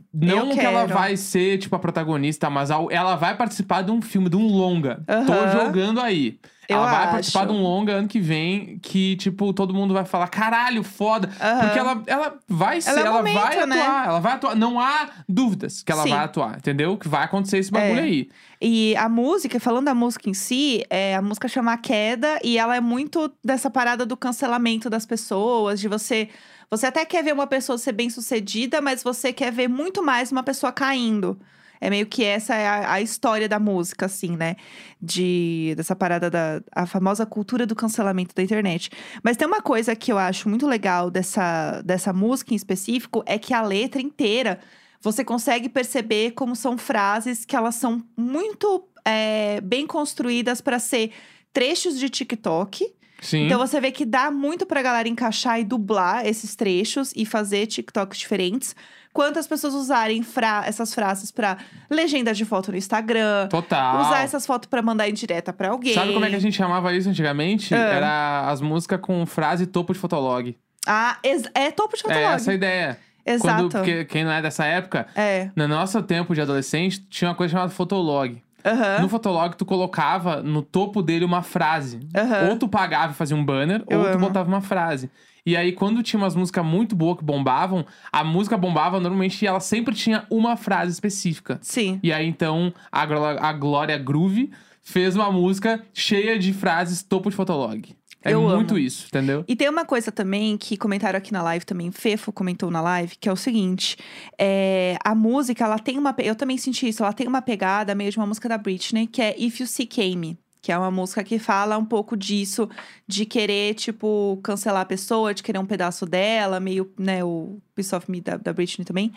S1: Eu
S2: Não que ela
S1: quero.
S2: vai ser, tipo, a protagonista, mas al- ela vai participar de um filme, de um longa. Tô
S1: Aham.
S2: jogando aí.
S1: Eu
S2: ela vai
S1: acho.
S2: participar de um longa ano que vem que, tipo, todo mundo vai falar, caralho, foda.
S1: Aham.
S2: Porque ela, ela vai ser,
S1: Ela é o
S2: ela
S1: momento,
S2: vai
S1: né?
S2: atuar, ela vai atuar. Não há dúvidas que ela
S1: Sim.
S2: vai atuar, entendeu? Que vai acontecer esse bagulho
S1: É.
S2: aí.
S1: E a música, falando da música em si, é, a música chama A Queda e ela é muito dessa parada do cancelamento das pessoas, de você. Você até quer ver uma pessoa ser bem sucedida, mas você quer ver muito mais uma pessoa caindo. É meio que essa é a, a história da música, assim, né? De, dessa parada da a famosa cultura do cancelamento da internet. Mas tem uma coisa que eu acho muito legal dessa, dessa música em específico, é que a letra inteira você consegue perceber como são frases que elas são muito é, bem construídas para ser trechos de TikTok.
S2: Sim.
S1: Então você vê que dá muito pra galera encaixar e dublar esses trechos e fazer TikToks diferentes. Quanto as pessoas usarem fra- essas frases pra legenda de foto no Instagram,
S2: Total.
S1: usar essas fotos pra mandar em direta pra alguém.
S2: Sabe como é que a gente chamava isso antigamente?
S1: Ah.
S2: Era as músicas com frase topo de fotolog.
S1: Ah, ex- é topo de
S2: É
S1: fotolog.
S2: essa a ideia.
S1: Exato.
S2: Quando, porque quem não é dessa época,
S1: É.
S2: no nosso tempo de adolescente, tinha uma coisa chamada fotolog.
S1: Aham.
S2: No Fotolog, tu colocava no topo dele uma frase.
S1: Aham.
S2: Ou tu pagava e fazia um banner,
S1: Eu
S2: ou tu
S1: amo.
S2: botava uma frase. E aí, quando tinha umas músicas muito boas que bombavam, a música bombava normalmente e ela sempre tinha uma frase específica.
S1: Sim.
S2: E aí, então, a, Glo- a Glória Groove fez uma música cheia de frases topo de Fotolog. É
S1: Eu
S2: muito
S1: amo.
S2: isso, entendeu?
S1: E tem uma coisa também que comentaram aqui na live também, Fefo comentou na live, que é o seguinte: é, a música, ela tem uma. pe- Eu também senti isso, ela tem uma pegada meio de uma música da Britney, que é If You See Me. Que é uma música que fala um pouco disso, de querer, tipo, cancelar a pessoa, de querer um pedaço dela, meio, né, o Piece of Me da, da Britney também.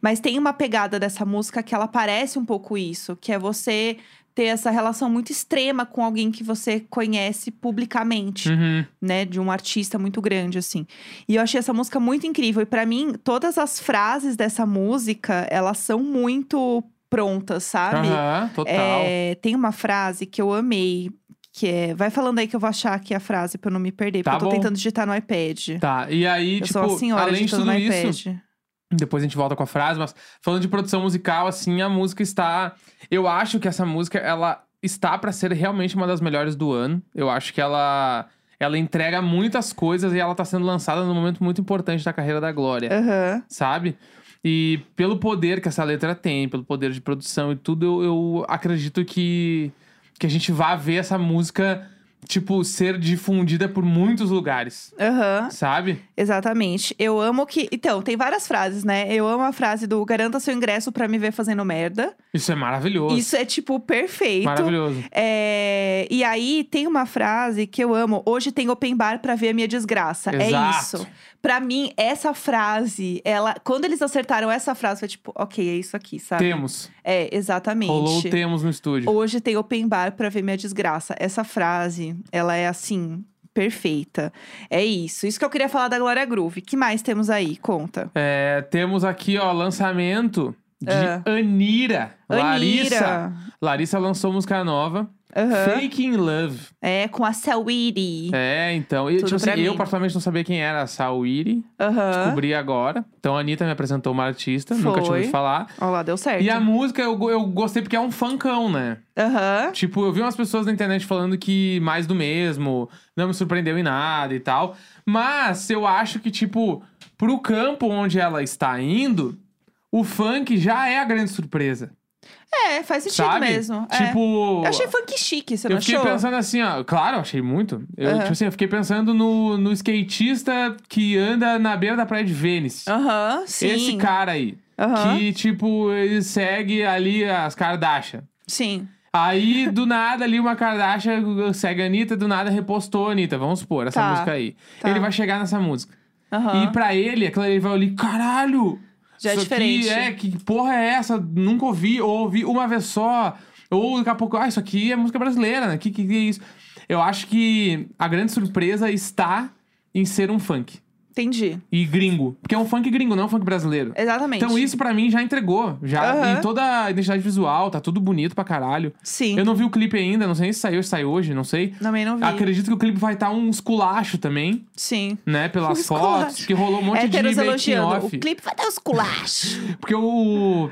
S1: Mas tem uma pegada dessa música que ela parece um pouco isso, que é você ter essa relação muito extrema com alguém que você conhece publicamente
S2: Uhum.
S1: né, de um artista muito grande assim. E eu achei essa música muito incrível e pra mim todas as frases dessa música, elas são muito prontas, sabe?
S2: Aham, total.
S1: É, tem uma frase que eu amei, que é, vai falando aí que eu vou achar aqui a frase pra eu não me perder,
S2: Tá
S1: porque eu tô
S2: bom.
S1: tentando digitar no iPad.
S2: Tá, e aí,
S1: eu
S2: tipo,
S1: sou a senhora
S2: além de
S1: digitando
S2: tudo
S1: no
S2: isso, é
S1: iPad.
S2: Depois a gente volta com a frase, mas falando de produção musical, assim, a música está. Eu acho que essa música, ela está pra ser realmente uma das melhores do ano. Eu acho que ela. Ela entrega muitas coisas e ela tá sendo lançada num momento muito importante da carreira da Glória,
S1: Aham.
S2: sabe? E pelo poder que essa letra tem, pelo poder de produção e tudo, eu, eu acredito que, que a gente vá ver essa música, tipo, ser difundida por muitos lugares,
S1: Aham.
S2: sabe?
S1: Exatamente. Eu amo que. Então, tem várias frases, né? Eu amo a frase do garanta seu ingresso pra me ver fazendo merda.
S2: Isso é maravilhoso.
S1: Isso é, tipo, perfeito.
S2: maravilhoso.
S1: É, e aí tem uma frase que eu amo. Hoje tem open bar pra ver a minha desgraça. É
S2: Exato.
S1: isso. Pra mim, essa frase, ela, quando eles acertaram essa frase, foi tipo, ok, é isso aqui, sabe?
S2: Temos.
S1: É, exatamente.
S2: Rolou o temos no estúdio.
S1: Hoje tem open bar pra ver minha desgraça. Essa frase, ela é assim, perfeita. É isso. Isso que eu queria falar da Glória Groove. que mais temos aí? Conta.
S2: É, temos aqui, ó, lançamento de
S1: Ah.
S2: Anira. Larissa.
S1: Anira.
S2: Larissa lançou música nova.
S1: Aham.
S2: Fake in Love.
S1: É, com a Saweetie.
S2: É, então. E,
S1: Tudo
S2: tipo assim,
S1: pra mim.
S2: eu particularmente não sabia quem era a Sawiri.
S1: Aham.
S2: É, Descobri agora. Então a Anitta me apresentou uma artista, nunca tinha
S1: Foi. É
S2: ouvido falar.
S1: Ó lá, deu certo.
S2: E a música eu, go- eu gostei porque é um funkão, né?
S1: Aham.
S2: Tipo, eu vi umas pessoas na internet falando que mais do mesmo, não me surpreendeu em nada e tal. Mas eu acho que, tipo, pro campo onde ela está indo, o funk já é a grande surpresa.
S1: É, faz sentido
S2: sabe?
S1: mesmo. É.
S2: Tipo.
S1: Eu achei funk chique, você
S2: eu
S1: não
S2: fiquei
S1: achou?
S2: pensando assim, ó. Claro, eu achei muito. Eu,
S1: Aham.
S2: tipo assim, eu fiquei pensando no, no skatista que anda na beira da praia de Vênice.
S1: Aham, sim.
S2: Esse cara aí.
S1: Aham,
S2: Que, tipo, ele segue ali as Kardashian.
S1: Sim.
S2: Aí, do nada, ali uma Kardashian segue a Anitta, do nada repostou a Anitta, vamos supor, essa
S1: Tá,
S2: música aí.
S1: tá.
S2: Ele vai chegar nessa música.
S1: Aham.
S2: E pra ele, aquilo ali ele vai ali, caralho!
S1: Já é
S2: isso aqui
S1: diferente.
S2: é, que porra é essa? Nunca ouvi, ou ouvi uma vez só. Ou daqui a pouco, ah, isso aqui é música brasileira, né? Que, que, que é isso? Eu acho que a grande surpresa está em ser um funk.
S1: Entendi.
S2: E gringo. Porque é um funk gringo, não é um funk brasileiro.
S1: Exatamente.
S2: Então isso pra mim já entregou. Já.
S1: Aham.
S2: E toda a identidade visual, tá tudo bonito pra caralho.
S1: Sim.
S2: Eu não vi o clipe ainda, não sei se saiu, se saiu hoje, não sei.
S1: Também não vi.
S2: Acredito que o clipe vai estar um esculacho também,
S1: Sim.
S2: né? Pelas
S1: Um esculacho.
S2: fotos, que rolou um monte de
S1: Héteros
S2: making
S1: elogiando. O
S2: off.
S1: clipe vai dar os culachos.
S2: Porque o.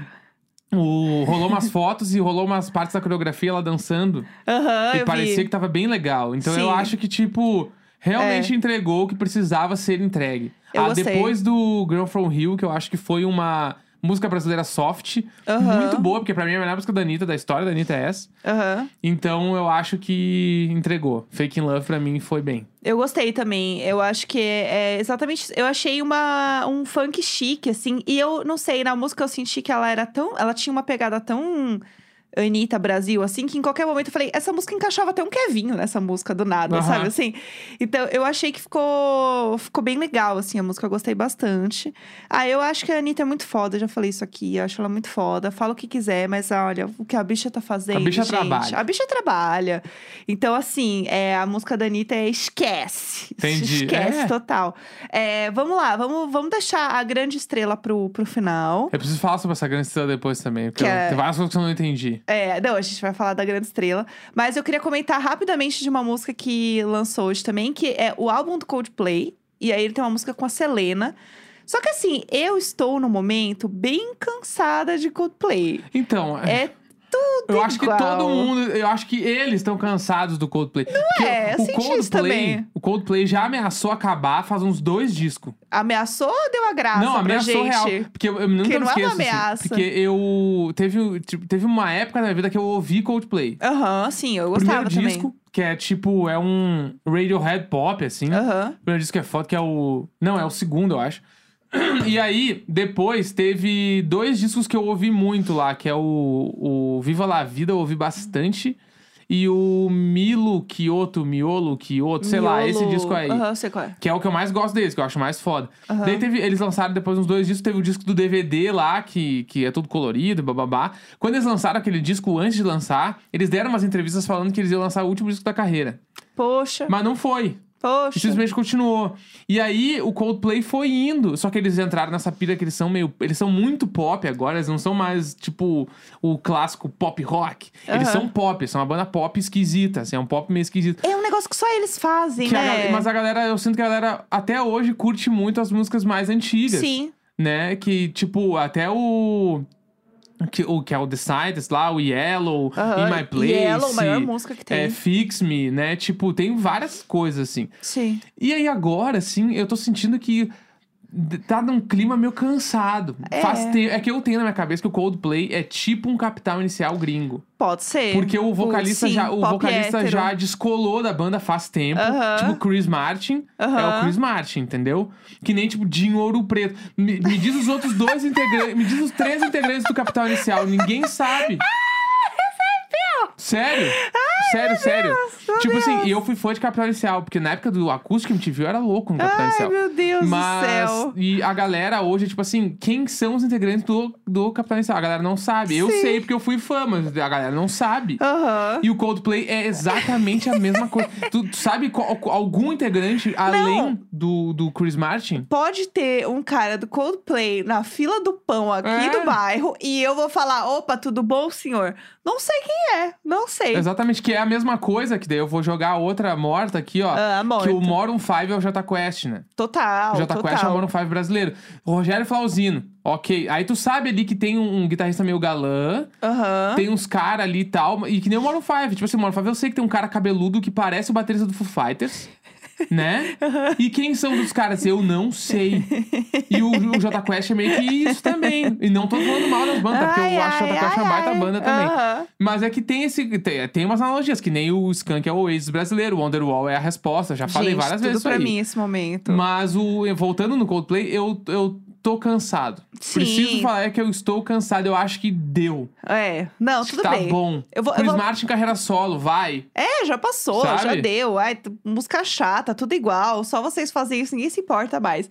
S2: o- rolou umas fotos e rolou umas partes da coreografia ela dançando.
S1: Aham,
S2: e
S1: Ah, eu
S2: parecia
S1: vi.
S2: que tava bem legal. Então
S1: Sim. É.
S2: eu acho que, tipo, realmente entregou o que precisava ser entregue.
S1: Eu
S2: ah,
S1: gostei.
S2: depois do Girl From Hill, que eu acho que foi uma música brasileira soft,
S1: Aham.
S2: muito boa, porque pra mim é a melhor música da Anitta, da história da Anitta é essa.
S1: Aham.
S2: Então eu acho que entregou. Fake in Love pra mim foi bem.
S1: Eu gostei também. Eu acho que é, é exatamente. isso. Eu achei uma, um funk chique, assim. E eu não sei, na música eu senti que ela era tão. Ela tinha uma pegada tão. Anitta Brasil, assim, que em qualquer momento eu falei, essa música encaixava até um Kevinho nessa música do nada,
S2: Aham.
S1: sabe? Assim. Então eu achei que ficou, ficou bem legal, assim, a música eu gostei bastante. Ah, eu acho que a Anitta é muito foda, eu já falei isso aqui, eu acho ela muito foda. Fala o que quiser, mas ah, olha, o que a bicha tá fazendo.
S2: bicha
S1: gente,
S2: trabalha.
S1: A bicha trabalha. Então, assim, é, a música da Anitta é esquece.
S2: Entendi.
S1: Esquece
S2: É.
S1: total. É, vamos lá, vamos, vamos deixar a grande estrela pro, pro final.
S2: Eu preciso falar sobre essa grande estrela depois também, porque
S1: Que
S2: eu-
S1: é-
S2: tem várias coisas que eu não entendi.
S1: É, não, a gente vai falar da grande estrela. Mas eu queria comentar rapidamente de uma música que lançou hoje também, que é o álbum do Coldplay. E aí ele tem uma música com a Selena. Só que assim, eu estou no momento bem cansada de Coldplay.
S2: Então,
S1: É tudo
S2: Eu acho que
S1: igual.
S2: todo mundo, eu acho que eles estão cansados do Coldplay. Não
S1: é, eu senti isso também.
S2: O Coldplay já ameaçou acabar faz uns dois discos.
S1: Ameaçou ou deu a graça
S2: não,
S1: Ah, pra
S2: ameaçou
S1: gente?
S2: real. Porque eu, eu nunca
S1: Que
S2: me
S1: não é uma
S2: esqueço. assim,
S1: ameaça.
S2: porque eu teve, tipo, teve uma época na minha vida que eu ouvi Coldplay.
S1: Aham, sim, eu
S2: O
S1: gostava
S2: primeiro disco, que é tipo, é um Radiohead pop, assim.
S1: também. Aham.
S2: O primeiro disco que é foda, que é o. Não, é o segundo, eu acho. E aí, depois teve dois discos que eu ouvi muito lá, que é o, o Viva La Vida, eu ouvi bastante. E o Milo Kyoto, Miolo Kyoto, sei lá, esse
S1: Miolo.
S2: disco aí.
S1: Aham, sei qual é.
S2: Que é o que eu mais gosto deles, que eu acho mais foda.
S1: Aham.
S2: Daí teve, eles lançaram depois uns dois discos, teve o disco do DVD lá, que, que é tudo colorido, bababá. Quando eles lançaram aquele disco antes de lançar, eles deram umas entrevistas falando que eles iam lançar o último disco da carreira.
S1: Poxa,
S2: Mas não foi. E
S1: poxa.
S2: simplesmente continuou. E aí o Coldplay foi indo. Só que eles entraram nessa pira que eles são meio. Eles são muito pop agora, eles não são mais, tipo, o clássico pop rock. Eles
S1: Aham.
S2: são pop, são uma banda pop esquisita, assim, é um pop meio esquisito.
S1: É um negócio que só eles fazem,
S2: Que a
S1: né?
S2: gal- mas a galera, eu sinto que a galera até hoje curte muito as músicas mais antigas.
S1: Sim.
S2: Né? Que, tipo, até o. Que, o que é o The Scientist lá, o Yellow,
S1: Aham.
S2: In My Place.
S1: Yellow, a maior música que tem.
S2: é, Fix Me, né? Tipo, tem várias coisas, assim.
S1: Sim.
S2: E aí agora, assim, eu tô sentindo que d- tá num clima meio cansado.
S1: É.
S2: Faz te... é que eu tenho na minha cabeça que o Coldplay é tipo um capital inicial gringo.
S1: Pode ser.
S2: Porque o vocalista,
S1: É, sim,
S2: já, o
S1: pop
S2: vocalista
S1: hétero.
S2: já é descolou da banda faz tempo.
S1: Aham.
S2: Tipo, Chris Martin é o
S1: Aham.
S2: Chris Martin, entendeu? Que nem, tipo, Dinho Ouro Preto. Me, me diz os outros dois integrantes. Me diz os três integrantes do Capital Inicial. Ninguém sabe.
S1: Ah,
S2: Sério? sério, sério.
S1: é meu
S2: tipo assim,
S1: Deus.
S2: e eu fui fã de Capital Inicial, porque na época do acústico MTV eu era louco no Capital
S1: Ai,
S2: Inicial.
S1: meu Deus
S2: tá Mas,
S1: do céu.
S2: e a galera hoje, tipo assim, quem são os integrantes do, do Capitão Inicial? A galera não sabe. Eu
S1: Sim.
S2: sei porque eu fui fã, mas a galera não sabe.
S1: Aham.
S2: E o Coldplay é exatamente a mesma coisa. tu, tu sabe qual- qual- algum integrante além do, do Chris Martin?
S1: Pode ter um cara do Coldplay na fila do pão aqui
S2: É.
S1: do bairro e eu vou falar: opa, tudo bom, senhor? Não sei quem é, não sei.
S2: Exatamente, que é a mesma coisa, que daí eu vou jogar outra morta aqui, ó.
S1: Ah,
S2: Que
S1: morto.
S2: o Moron 5 é o Jota Quest, né?
S1: Total.
S2: O Jota
S1: total.
S2: Quest é o Moron 5 brasileiro. Rogério Flauzino, ok. Aí tu sabe ali que tem um, um guitarrista meio galã,
S1: Aham.
S2: Tem uns caras ali e tal. E que nem o Maroon 5. Tipo assim, o Maroon 5 eu sei que tem um cara cabeludo que parece o baterista do Foo Fighters. Né? E quem são os caras? Eu não sei. E o, o Jota Quest é meio que isso também. E não tô falando mal das bandas, porque
S1: Ai,
S2: eu acho o
S1: ai,
S2: Jota Quest
S1: ai,
S2: uma baita
S1: ai. Ah.
S2: banda também.
S1: Aham.
S2: Mas é que tem esse. Tem, tem umas analogias, que nem o Skunk é o Oasis brasileiro, o Wonderwall é a resposta. Já falei
S1: Gente,
S2: várias
S1: tudo
S2: vezes isso
S1: pra
S2: aí.
S1: mim esse momento.
S2: Mas o, voltando no Coldplay, eu, eu tô cansado.
S1: Sim.
S2: Preciso falar é que eu estou cansado. Eu acho que deu.
S1: É. Não,
S2: Acho que
S1: tudo
S2: tá
S1: bem.
S2: bom.
S1: Eu vou- eu
S2: Chris
S1: vou-
S2: Martin carreira solo, vai.
S1: É, já passou, já
S2: Sabe?
S1: deu. Ai, t- música chata, tudo igual. Só vocês fazem isso, ninguém se importa mais.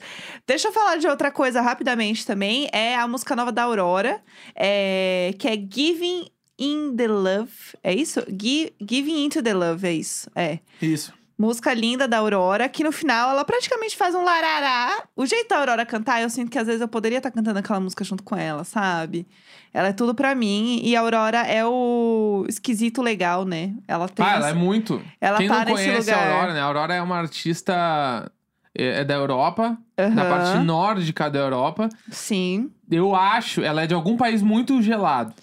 S1: Deixa eu falar de outra coisa rapidamente também. É a música nova da Aurora, é, que é Giving in the Love. É isso? Gi- Giving into the Love, é isso. É.
S2: Isso.
S1: Música linda da Aurora, que no final ela praticamente faz um larará. O jeito da Aurora cantar, eu sinto que às vezes eu poderia estar cantando aquela música junto com ela, sabe? Ela é tudo pra mim e a Aurora é o esquisito legal, né? Ela tem
S2: Ah,
S1: esse-
S2: ela é muito.
S1: ela
S2: Quem
S1: tá
S2: não
S1: nesse
S2: conhece
S1: lugar.
S2: a Aurora, né? A Aurora é uma artista é, é da Europa, da
S1: Aham,
S2: parte nórdica da Europa.
S1: Sim.
S2: Eu acho, ela é de algum país muito gelado.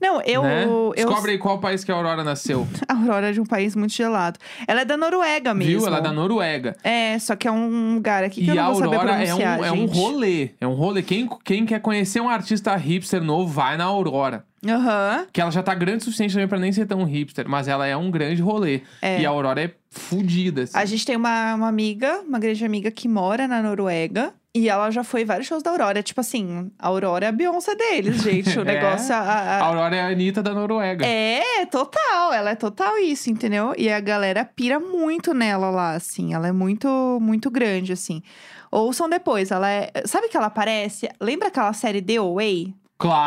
S1: Não, eu.
S2: né?
S1: eu
S2: Descobre aí qual país que a Aurora nasceu.
S1: A Aurora é de um país muito gelado. Ela é da Noruega mesmo.
S2: Viu? Ela é da Noruega.
S1: É, só que é um lugar aqui que eu
S2: e a
S1: não vou saber
S2: Aurora é um,
S1: pronunciar.
S2: é um
S1: gente.
S2: rolê. É um rolê. Quem, quem quer conhecer um artista hipster novo, vai na Aurora.
S1: Aham.
S2: Que ela já tá grande o suficiente também pra nem ser tão hipster, mas ela é um grande rolê.
S1: É.
S2: E a Aurora é fudida, assim.
S1: A gente tem uma, uma amiga, uma grande amiga que mora na Noruega. E ela já foi em vários shows da Aurora. É Tipo assim, a Aurora é a Beyoncé deles, gente. O
S2: É.
S1: negócio. a- a-
S2: A Aurora é a Anitta da Noruega.
S1: É, total. Ela é total isso, entendeu? E a galera pira muito nela lá, assim. Ela é muito, muito grande, assim. Ouçam depois, ela é. Sabe que ela aparece? Lembra aquela série The Away?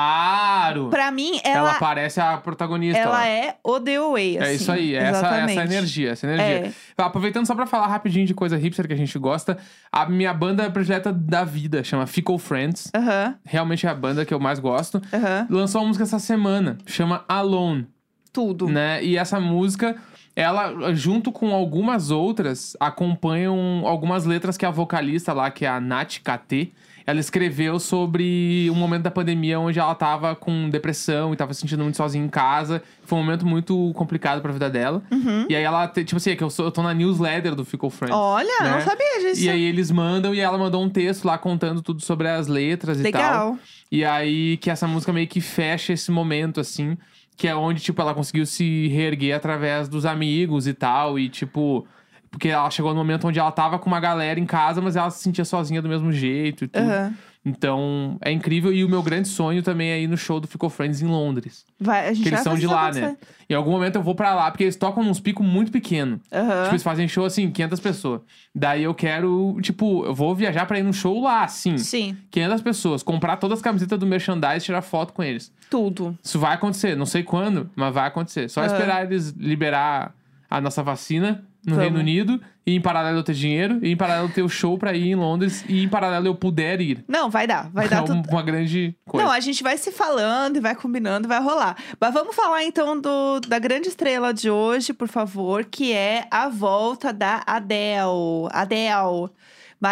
S2: Claro!
S1: Pra mim,
S2: Ela,
S1: ela,
S2: parece a protagonista.
S1: ela,
S2: lá.
S1: é o The Away, assim.
S2: É isso aí, é essa, essa
S1: Exatamente. É.
S2: energia, essa energia. Aproveitando só pra falar rapidinho de coisa hipster que a gente gosta, a minha banda predileta da vida chama Fickle Friends.
S1: É. Aham,
S2: Realmente é a banda que eu mais gosto.
S1: aham.
S2: Lançou uma música essa semana, chama Alone,
S1: Tudo.
S2: né? E essa música ela, junto com algumas outras, acompanham algumas letras que a vocalista lá, que é a Nath KT, ela escreveu sobre um momento da pandemia onde ela tava com depressão e tava se sentindo muito sozinha em casa. Foi um momento muito complicado pra vida dela.
S1: Uhum.
S2: E aí ela, te- tipo assim, é que eu, sou, eu tô na newsletter do Fickle Friends.
S1: Olha,
S2: né?
S1: não sabia disso.
S2: E aí eles mandam e ela mandou um texto lá contando tudo sobre as letras e tal.
S1: Legal.
S2: E aí que essa música meio que fecha esse momento, assim. Que é onde, tipo, ela conseguiu se reerguer através dos amigos e tal. E, tipo. Porque ela chegou no momento onde ela tava com uma galera em casa, mas ela se sentia sozinha do mesmo jeito e tudo.
S1: Aham.
S2: Então, é incrível. E o meu grande sonho também é ir no show do Ficou Friends em Londres.
S1: Vai, a gente
S2: Porque eles
S1: vai
S2: são
S1: fazer
S2: de
S1: isso
S2: lá,
S1: acontecer.
S2: né? Em algum momento eu vou pra lá, porque eles tocam uns picos muito pequenos.
S1: Aham.
S2: Tipo, eles fazem show assim, 500 pessoas. Daí eu quero, tipo, eu vou viajar pra ir num show lá, assim.
S1: Sim,
S2: 500 pessoas, comprar todas as camisetas do merchandise, tirar foto com eles.
S1: tudo.
S2: Isso vai acontecer, não sei quando, mas vai acontecer. Só
S1: Aham.
S2: esperar eles liberar a nossa vacina no
S1: Vamos.
S2: Reino Unido e em paralelo eu ter dinheiro e em paralelo eu ter o show pra ir em Londres e em paralelo eu puder ir.
S1: Não, vai dar, vai
S2: é
S1: dar
S2: um-
S1: tudo.
S2: uma grande coisa.
S1: Não, a gente vai se falando e vai combinando, vai rolar. Mas vamos falar então do, da grande estrela de hoje, por favor, que é a volta da Adele. Adele,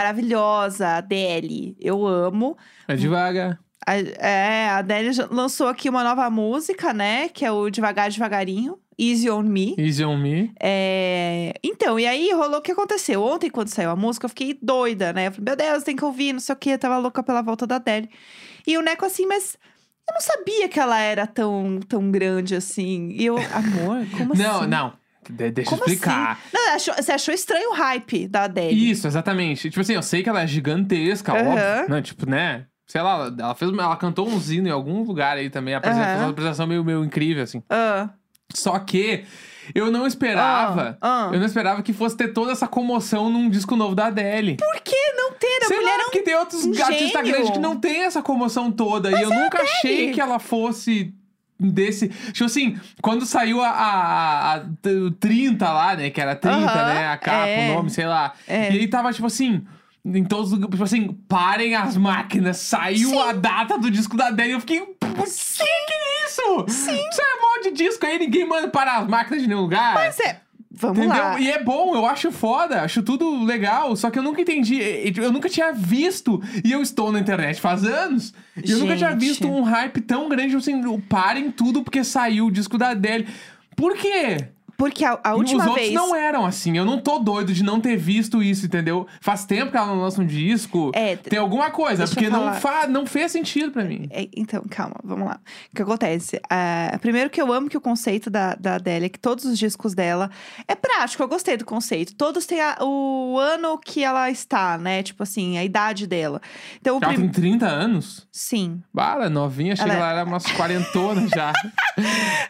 S1: maravilhosa, Adele. Eu amo.
S2: É devagar.
S1: A- é, a Adele já lançou aqui uma nova música, né? Que é o Devagar Devagarinho, Easy on Me.
S2: Easy on me.
S1: É, Então, e aí rolou o que aconteceu. Ontem, quando saiu a música, eu fiquei doida, né? Eu falei, meu Deus, tem que ouvir, não sei o quê. Eu tava louca pela volta da Adele. E o Neco assim, mas eu não sabia que ela era tão, tão grande assim. E eu, amor, como
S2: não,
S1: assim?
S2: não. De- deixa eu
S1: Como assim?
S2: explicar.
S1: Não, achou- você achou estranho o hype da Adele?
S2: Isso, exatamente. Tipo assim, eu sei que ela é gigantesca,
S1: Aham.
S2: óbvio. Né? Tipo, né? Sei lá, ela fez, uma- ela cantou um zino em algum lugar aí também. Ela fez
S1: Aham.
S2: uma apresentação meio, meio incrível, assim.
S1: Ah,
S2: Só que eu não esperava.
S1: ah, ah.
S2: Eu não esperava que fosse ter toda essa comoção num disco novo da Adele.
S1: Por que não ter? A
S2: Sei
S1: mulher
S2: lá,
S1: é um
S2: porque tem outros
S1: gênio. é
S2: artistas grandes que não tem essa comoção toda. e eu nunca achei que ela fosse desse. Tipo assim, quando saiu a, a, a- a- o 30 lá, né? Que era 30,
S1: Aham,
S2: né? A capa,
S1: é.
S2: o nome, sei lá.
S1: É.
S2: E aí tava tipo assim. Em todos os Tipo assim, parem as máquinas. Saiu a data do disco da Adele. Eu fiquei. O
S1: um
S2: que, que é isso? Sim. Isso é um monte de disco aí, ninguém manda parar as máquinas de nenhum lugar.
S1: Mas é. Vamos
S2: Entendeu?
S1: lá.
S2: E é bom, eu acho foda, acho tudo legal, só que eu nunca entendi, e- e- eu nunca tinha visto, e eu estou na internet faz anos, e eu nunca tinha
S1: Gente.
S2: visto um hype tão grande, assim, o parem tudo porque saiu o disco da Adele. Por quê?
S1: Porque a, a
S2: E Os
S1: última
S2: outros
S1: vez.
S2: não eram assim, eu não tô doido de não ter visto isso, entendeu? Faz tempo que ela não lança um disco,
S1: É,
S2: tem alguma coisa,
S1: deixa eu
S2: porque não,
S1: falar.
S2: fa não fez sentido pra mim.
S1: É, então, calma, vamos lá. O que acontece? Ah, primeiro que eu amo que o conceito da, da Adele é que todos os discos dela é prático, eu gostei do conceito. Todos têm a- o ano que ela está, né? Tipo assim, a idade dela. Então, o
S2: Ela
S1: prim-
S2: tem 30 anos?
S1: Sim.
S2: Bah, ela é novinha, achei
S1: Ela
S2: que ela era umas quarentonas já.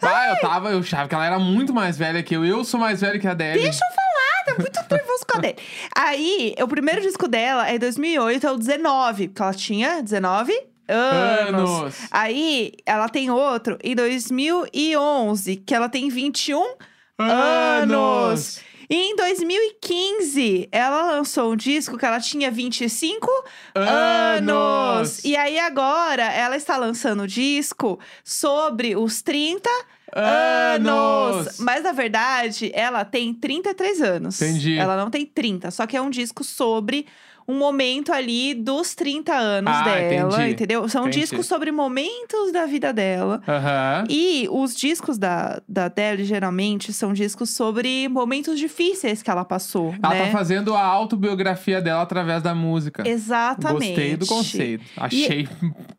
S2: Bah, eu tava, eu achava que ela era muito mais velha que eu. Eu sou mais velho que a Debbie.
S1: Deixa eu falar, tá muito nervoso com a Adele. Aí, o primeiro disco dela é em 2008, é o 19, porque ela tinha 19 anos.
S2: Anos.
S1: Aí, ela tem outro em 2011, que ela tem 21 anos. E em 2015, ela lançou um disco que ela tinha 25 anos. E aí agora ela está lançando um disco sobre os 30 anos. Mas na verdade, ela tem 33 anos.
S2: Entendi.
S1: Ela não tem 30, só que é um disco sobre um momento ali dos 30 anos
S2: Ah,
S1: dela,
S2: entendi.
S1: entendeu? São
S2: Entendi.
S1: discos sobre momentos da vida dela.
S2: Aham.
S1: E os discos da, da Adele, geralmente, são discos sobre momentos difíceis que ela passou,
S2: Ela
S1: né?
S2: tá fazendo a autobiografia dela através da música.
S1: Exatamente.
S2: Gostei do conceito. Achei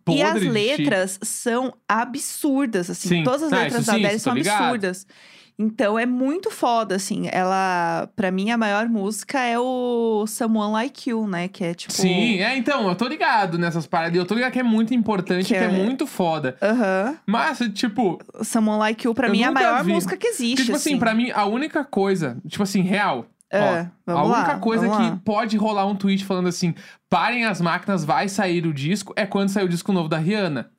S2: podre
S1: E as
S2: de chique.
S1: letras são absurdas, assim.
S2: Sim.
S1: Todas as
S2: Ah,
S1: letras
S2: isso
S1: da
S2: sim,
S1: Adele
S2: isso tô
S1: são
S2: ligado.
S1: absurdas. Então é muito foda, assim. Ela, pra mim, a maior música é o Someone Like You, né? Que é tipo.
S2: Sim, é, então, eu tô ligado nessas paradas. Eu tô ligado que é muito importante,
S1: Que
S2: que é
S1: é-
S2: muito foda.
S1: Aham.
S2: Mas, tipo,
S1: Someone Like You, pra
S2: Eu
S1: mim, é a
S2: nunca
S1: maior
S2: vi.
S1: música que existe.
S2: Porque, tipo assim,
S1: assim.
S2: pra mim, a única coisa, tipo assim, real.
S1: É,
S2: ó,
S1: vamos
S2: a
S1: lá,
S2: única coisa
S1: vamos
S2: que
S1: lá.
S2: pode rolar um tweet falando assim: parem as máquinas, vai sair o disco, é quando sair o disco novo da Rihanna.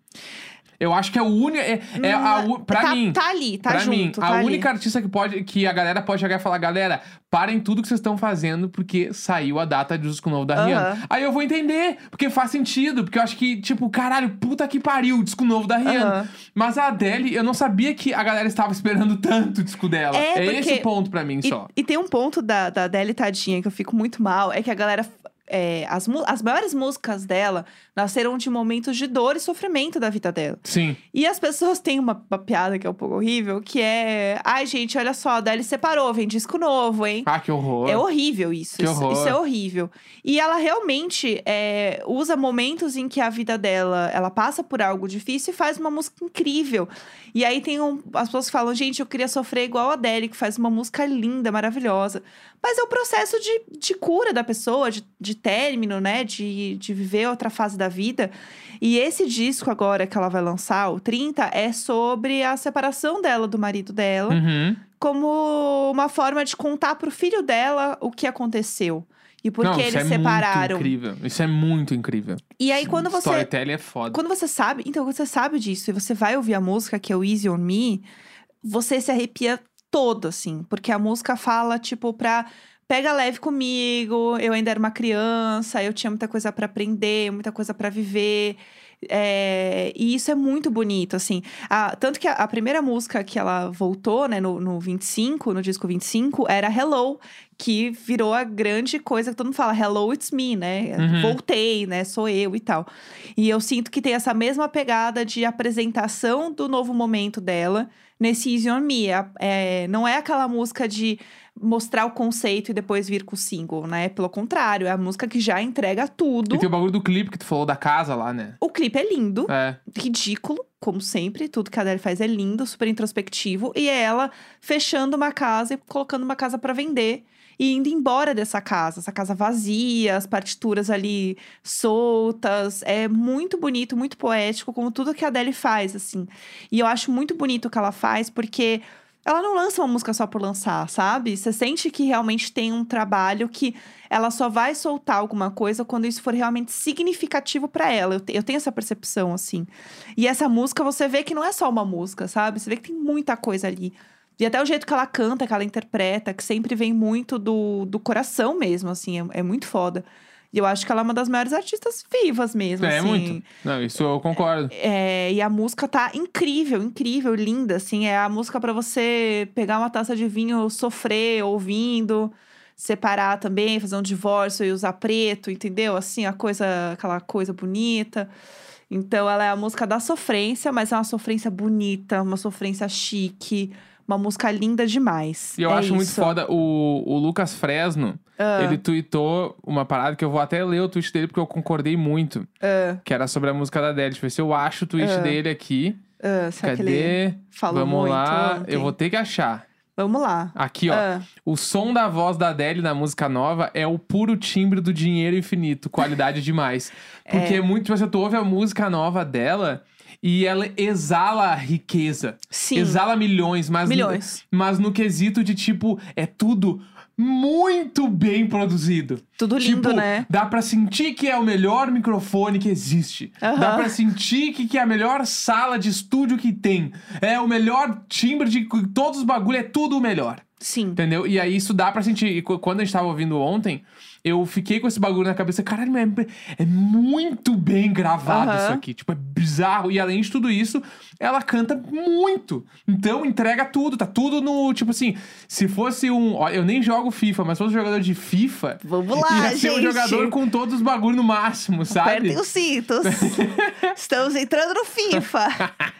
S2: Eu acho que é o único. É, é a u- pra
S1: tá,
S2: mim.
S1: Tá ali, tá
S2: pra
S1: junto.
S2: mim,
S1: tá
S2: a
S1: ali.
S2: única artista que pode que a galera pode chegar e falar, galera, parem tudo que vocês estão fazendo porque saiu a data de disco novo da
S1: Aham.
S2: Rihanna. Aí eu vou entender, porque faz sentido, porque eu acho que tipo, caralho, puta que pariu, disco novo da Rihanna.
S1: Aham.
S2: Mas a Adele, eu não sabia que a galera estava esperando tanto o disco dela.
S1: É, porque-
S2: esse ponto pra mim só.
S1: E, e tem um ponto da, da Adele tadinha que eu fico muito mal, é que a galera. é, as, mu- as maiores músicas dela nasceram de momentos de dor e sofrimento da vida dela.
S2: Sim.
S1: E as pessoas têm uma, uma piada que é um pouco horrível, que é. Ai, gente, olha só, a Adele separou, vem disco novo, hein?
S2: Ah, que horror.
S1: É horrível isso.
S2: Que
S1: isso-
S2: horror.
S1: Isso, é horrível. E ela realmente é, usa momentos em que a vida dela, ela passa por algo difícil e faz uma música incrível. E aí tem um, as pessoas que falam, gente, eu queria sofrer igual a Adele, que faz uma música linda, maravilhosa. Mas é o processo de, de cura da pessoa, de, de término, né? De, de viver outra fase da vida. E esse disco agora que ela vai lançar, o 30, é sobre a separação dela do marido dela
S2: Uhum.
S1: como uma forma de contar pro filho dela o que aconteceu e por
S2: não,
S1: que
S2: isso
S1: eles
S2: é
S1: separaram.
S2: Muito incrível. Isso é muito incrível.
S1: E aí quando você
S2: Storytelling é foda.
S1: quando você sabe, então quando você sabe disso e você vai ouvir a música que é o Easy on Me, você se arrepia todo assim, porque a música fala tipo pra pega leve comigo, eu ainda era uma criança, eu tinha muita coisa pra aprender, muita coisa pra viver. É, e isso é muito bonito, assim. A- tanto que a, a primeira música que ela voltou, né, no, no 25, no disco 25, era Hello, que virou a grande coisa que todo mundo fala, Hello, it's me, né?
S2: Uhum.
S1: Voltei, né? Sou eu e tal. E eu sinto que tem essa mesma pegada de apresentação do novo momento dela nesse Easy on Me. É- é- não é aquela música de mostrar o conceito e depois vir com o single, né? Pelo contrário, é a música que já entrega tudo.
S2: E tem o bagulho do clipe que tu falou da casa lá, né?
S1: O clipe é lindo
S2: É.
S1: ridículo, como sempre. Tudo que a Adele faz é lindo, super introspectivo. E é ela fechando uma casa e colocando uma casa pra vender. E indo embora dessa casa, essa casa vazia, as partituras ali soltas. É muito bonito, muito poético, como tudo que a Adele faz, assim. E eu acho muito bonito o que ela faz, porque ela não lança uma música só por lançar, sabe? Você sente que realmente tem um trabalho que ela só vai soltar alguma coisa quando isso for realmente significativo pra ela. Eu, te- eu tenho essa percepção, assim. E essa música, você vê que não é só uma música, sabe? Você vê que tem muita coisa ali. E até o jeito que ela canta, que ela interpreta, que sempre vem muito do, do coração mesmo, assim. É, é muito foda. E eu acho que ela é uma das maiores artistas vivas mesmo,
S2: É
S1: assim.
S2: muito. Não, isso eu concordo.
S1: É, e a música tá incrível, incrível, linda, assim. É a música pra você pegar uma taça de vinho, sofrer ouvindo, separar também, fazer um divórcio e usar preto, entendeu? Assim, a coisa, aquela coisa bonita. Então, ela é a música da sofrência, mas é uma sofrência bonita, uma sofrência chique, uma música linda demais.
S2: E eu
S1: É
S2: acho muito
S1: isso. Ah.
S2: foda o, o Lucas Fresno. Ele tweetou uma parada que eu vou até ler o tweet dele porque eu concordei muito.
S1: Ah,
S2: Que era sobre a música da Adele. Deixa eu ver se eu acho o tweet
S1: Ah.
S2: dele aqui.
S1: ah, será que ele
S2: Cadê?
S1: falou
S2: Vamos
S1: muito
S2: lá.
S1: ontem?
S2: Eu vou ter que achar.
S1: Vamos lá.
S2: Aqui, ó.
S1: Ah,
S2: O som da voz da Adele na música nova é o puro timbre do dinheiro infinito. Qualidade demais. Porque é muito. Tipo, assim, tu ouve a música nova dela e ela exala riqueza.
S1: sim,
S2: Exala milhões, mas.
S1: milhões.
S2: Mas no quesito de tipo, é tudo muito bem produzido.
S1: Tudo lindo,
S2: tipo,
S1: né?
S2: dá pra sentir que é o melhor microfone que existe.
S1: Aham.
S2: Dá pra sentir que, que é a melhor sala de estúdio que tem. É o melhor timbre de todos os bagulho, é tudo o melhor.
S1: Sim.
S2: Entendeu? E aí isso dá pra sentir. E qu- quando a gente tava ouvindo ontem, eu fiquei com esse bagulho na cabeça. Caralho, mas é, é muito bem gravado
S1: Aham.
S2: isso aqui. Tipo, é bizarro. E além de tudo isso, ela canta muito. Então entrega tudo. Tá tudo no. Tipo assim, se fosse um. ó, eu nem jogo FIFA, mas se fosse um jogador de FIFA.
S1: Vamos lá,
S2: ia
S1: gente.
S2: ser um jogador com todos os bagulhos no máximo, sabe?
S1: Apertem os cintos. Estamos entrando no FIFA.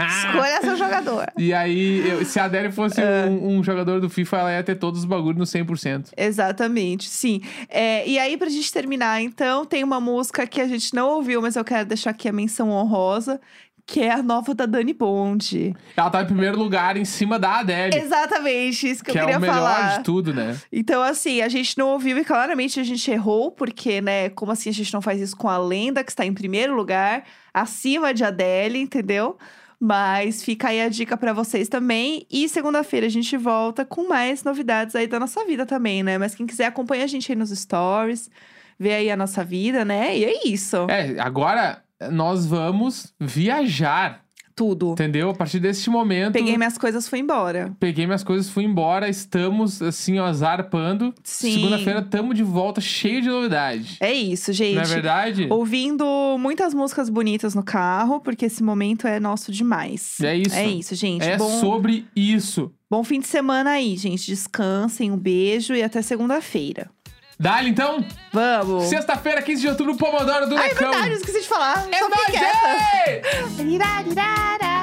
S1: Escolha seu jogador.
S2: E aí, eu- se a Adele fosse
S1: É.
S2: um, um jogador do FIFA, ela ia ter todos os bagulhos no 100%.
S1: Exatamente, sim. É, e aí, pra gente terminar, então, tem uma música que a gente não ouviu, mas eu quero deixar aqui a menção honrosa, que é a nova da Dani Bond.
S2: Ela tá em primeiro lugar em cima da Adele.
S1: Exatamente, isso que,
S2: que
S1: eu
S2: é
S1: queria
S2: o melhor
S1: falar.
S2: de tudo, né?
S1: Então, assim, a gente não ouviu e claramente a gente errou, porque, né, como assim a gente não faz isso com a lenda que está em primeiro lugar, acima de Adele, entendeu? Mas fica aí a dica pra vocês também. E segunda-feira a gente volta com mais novidades aí da nossa vida também, né? Mas quem quiser acompanha a gente aí nos stories, vê aí a nossa vida, né? E é isso.
S2: É, agora nós vamos viajar.
S1: tudo.
S2: Entendeu? A partir desse momento,
S1: Peguei minhas coisas, fui embora.
S2: peguei minhas coisas, fui embora. Estamos, assim, ó, zarpando.
S1: Sim.
S2: Segunda-feira, tamo de volta, cheio de novidade.
S1: É isso,
S2: Não é
S1: gente.
S2: verdade?
S1: Ouvindo muitas músicas bonitas no carro, porque esse momento é nosso demais.
S2: É isso.
S1: É isso, gente.
S2: É
S1: bom,
S2: sobre isso.
S1: bom fim de semana aí, gente. Descansem, um beijo e até segunda-feira.
S2: Dá-lhe então,
S1: Vamos!
S2: sexta-feira, 15 de outubro, Pomodoro do
S1: Ai, é
S2: Necão.
S1: verdade, eu esqueci de falar.
S2: é
S1: Só
S2: nóis,
S1: fiquei quieta.
S2: ei!
S1: Rirá, rirá, rá.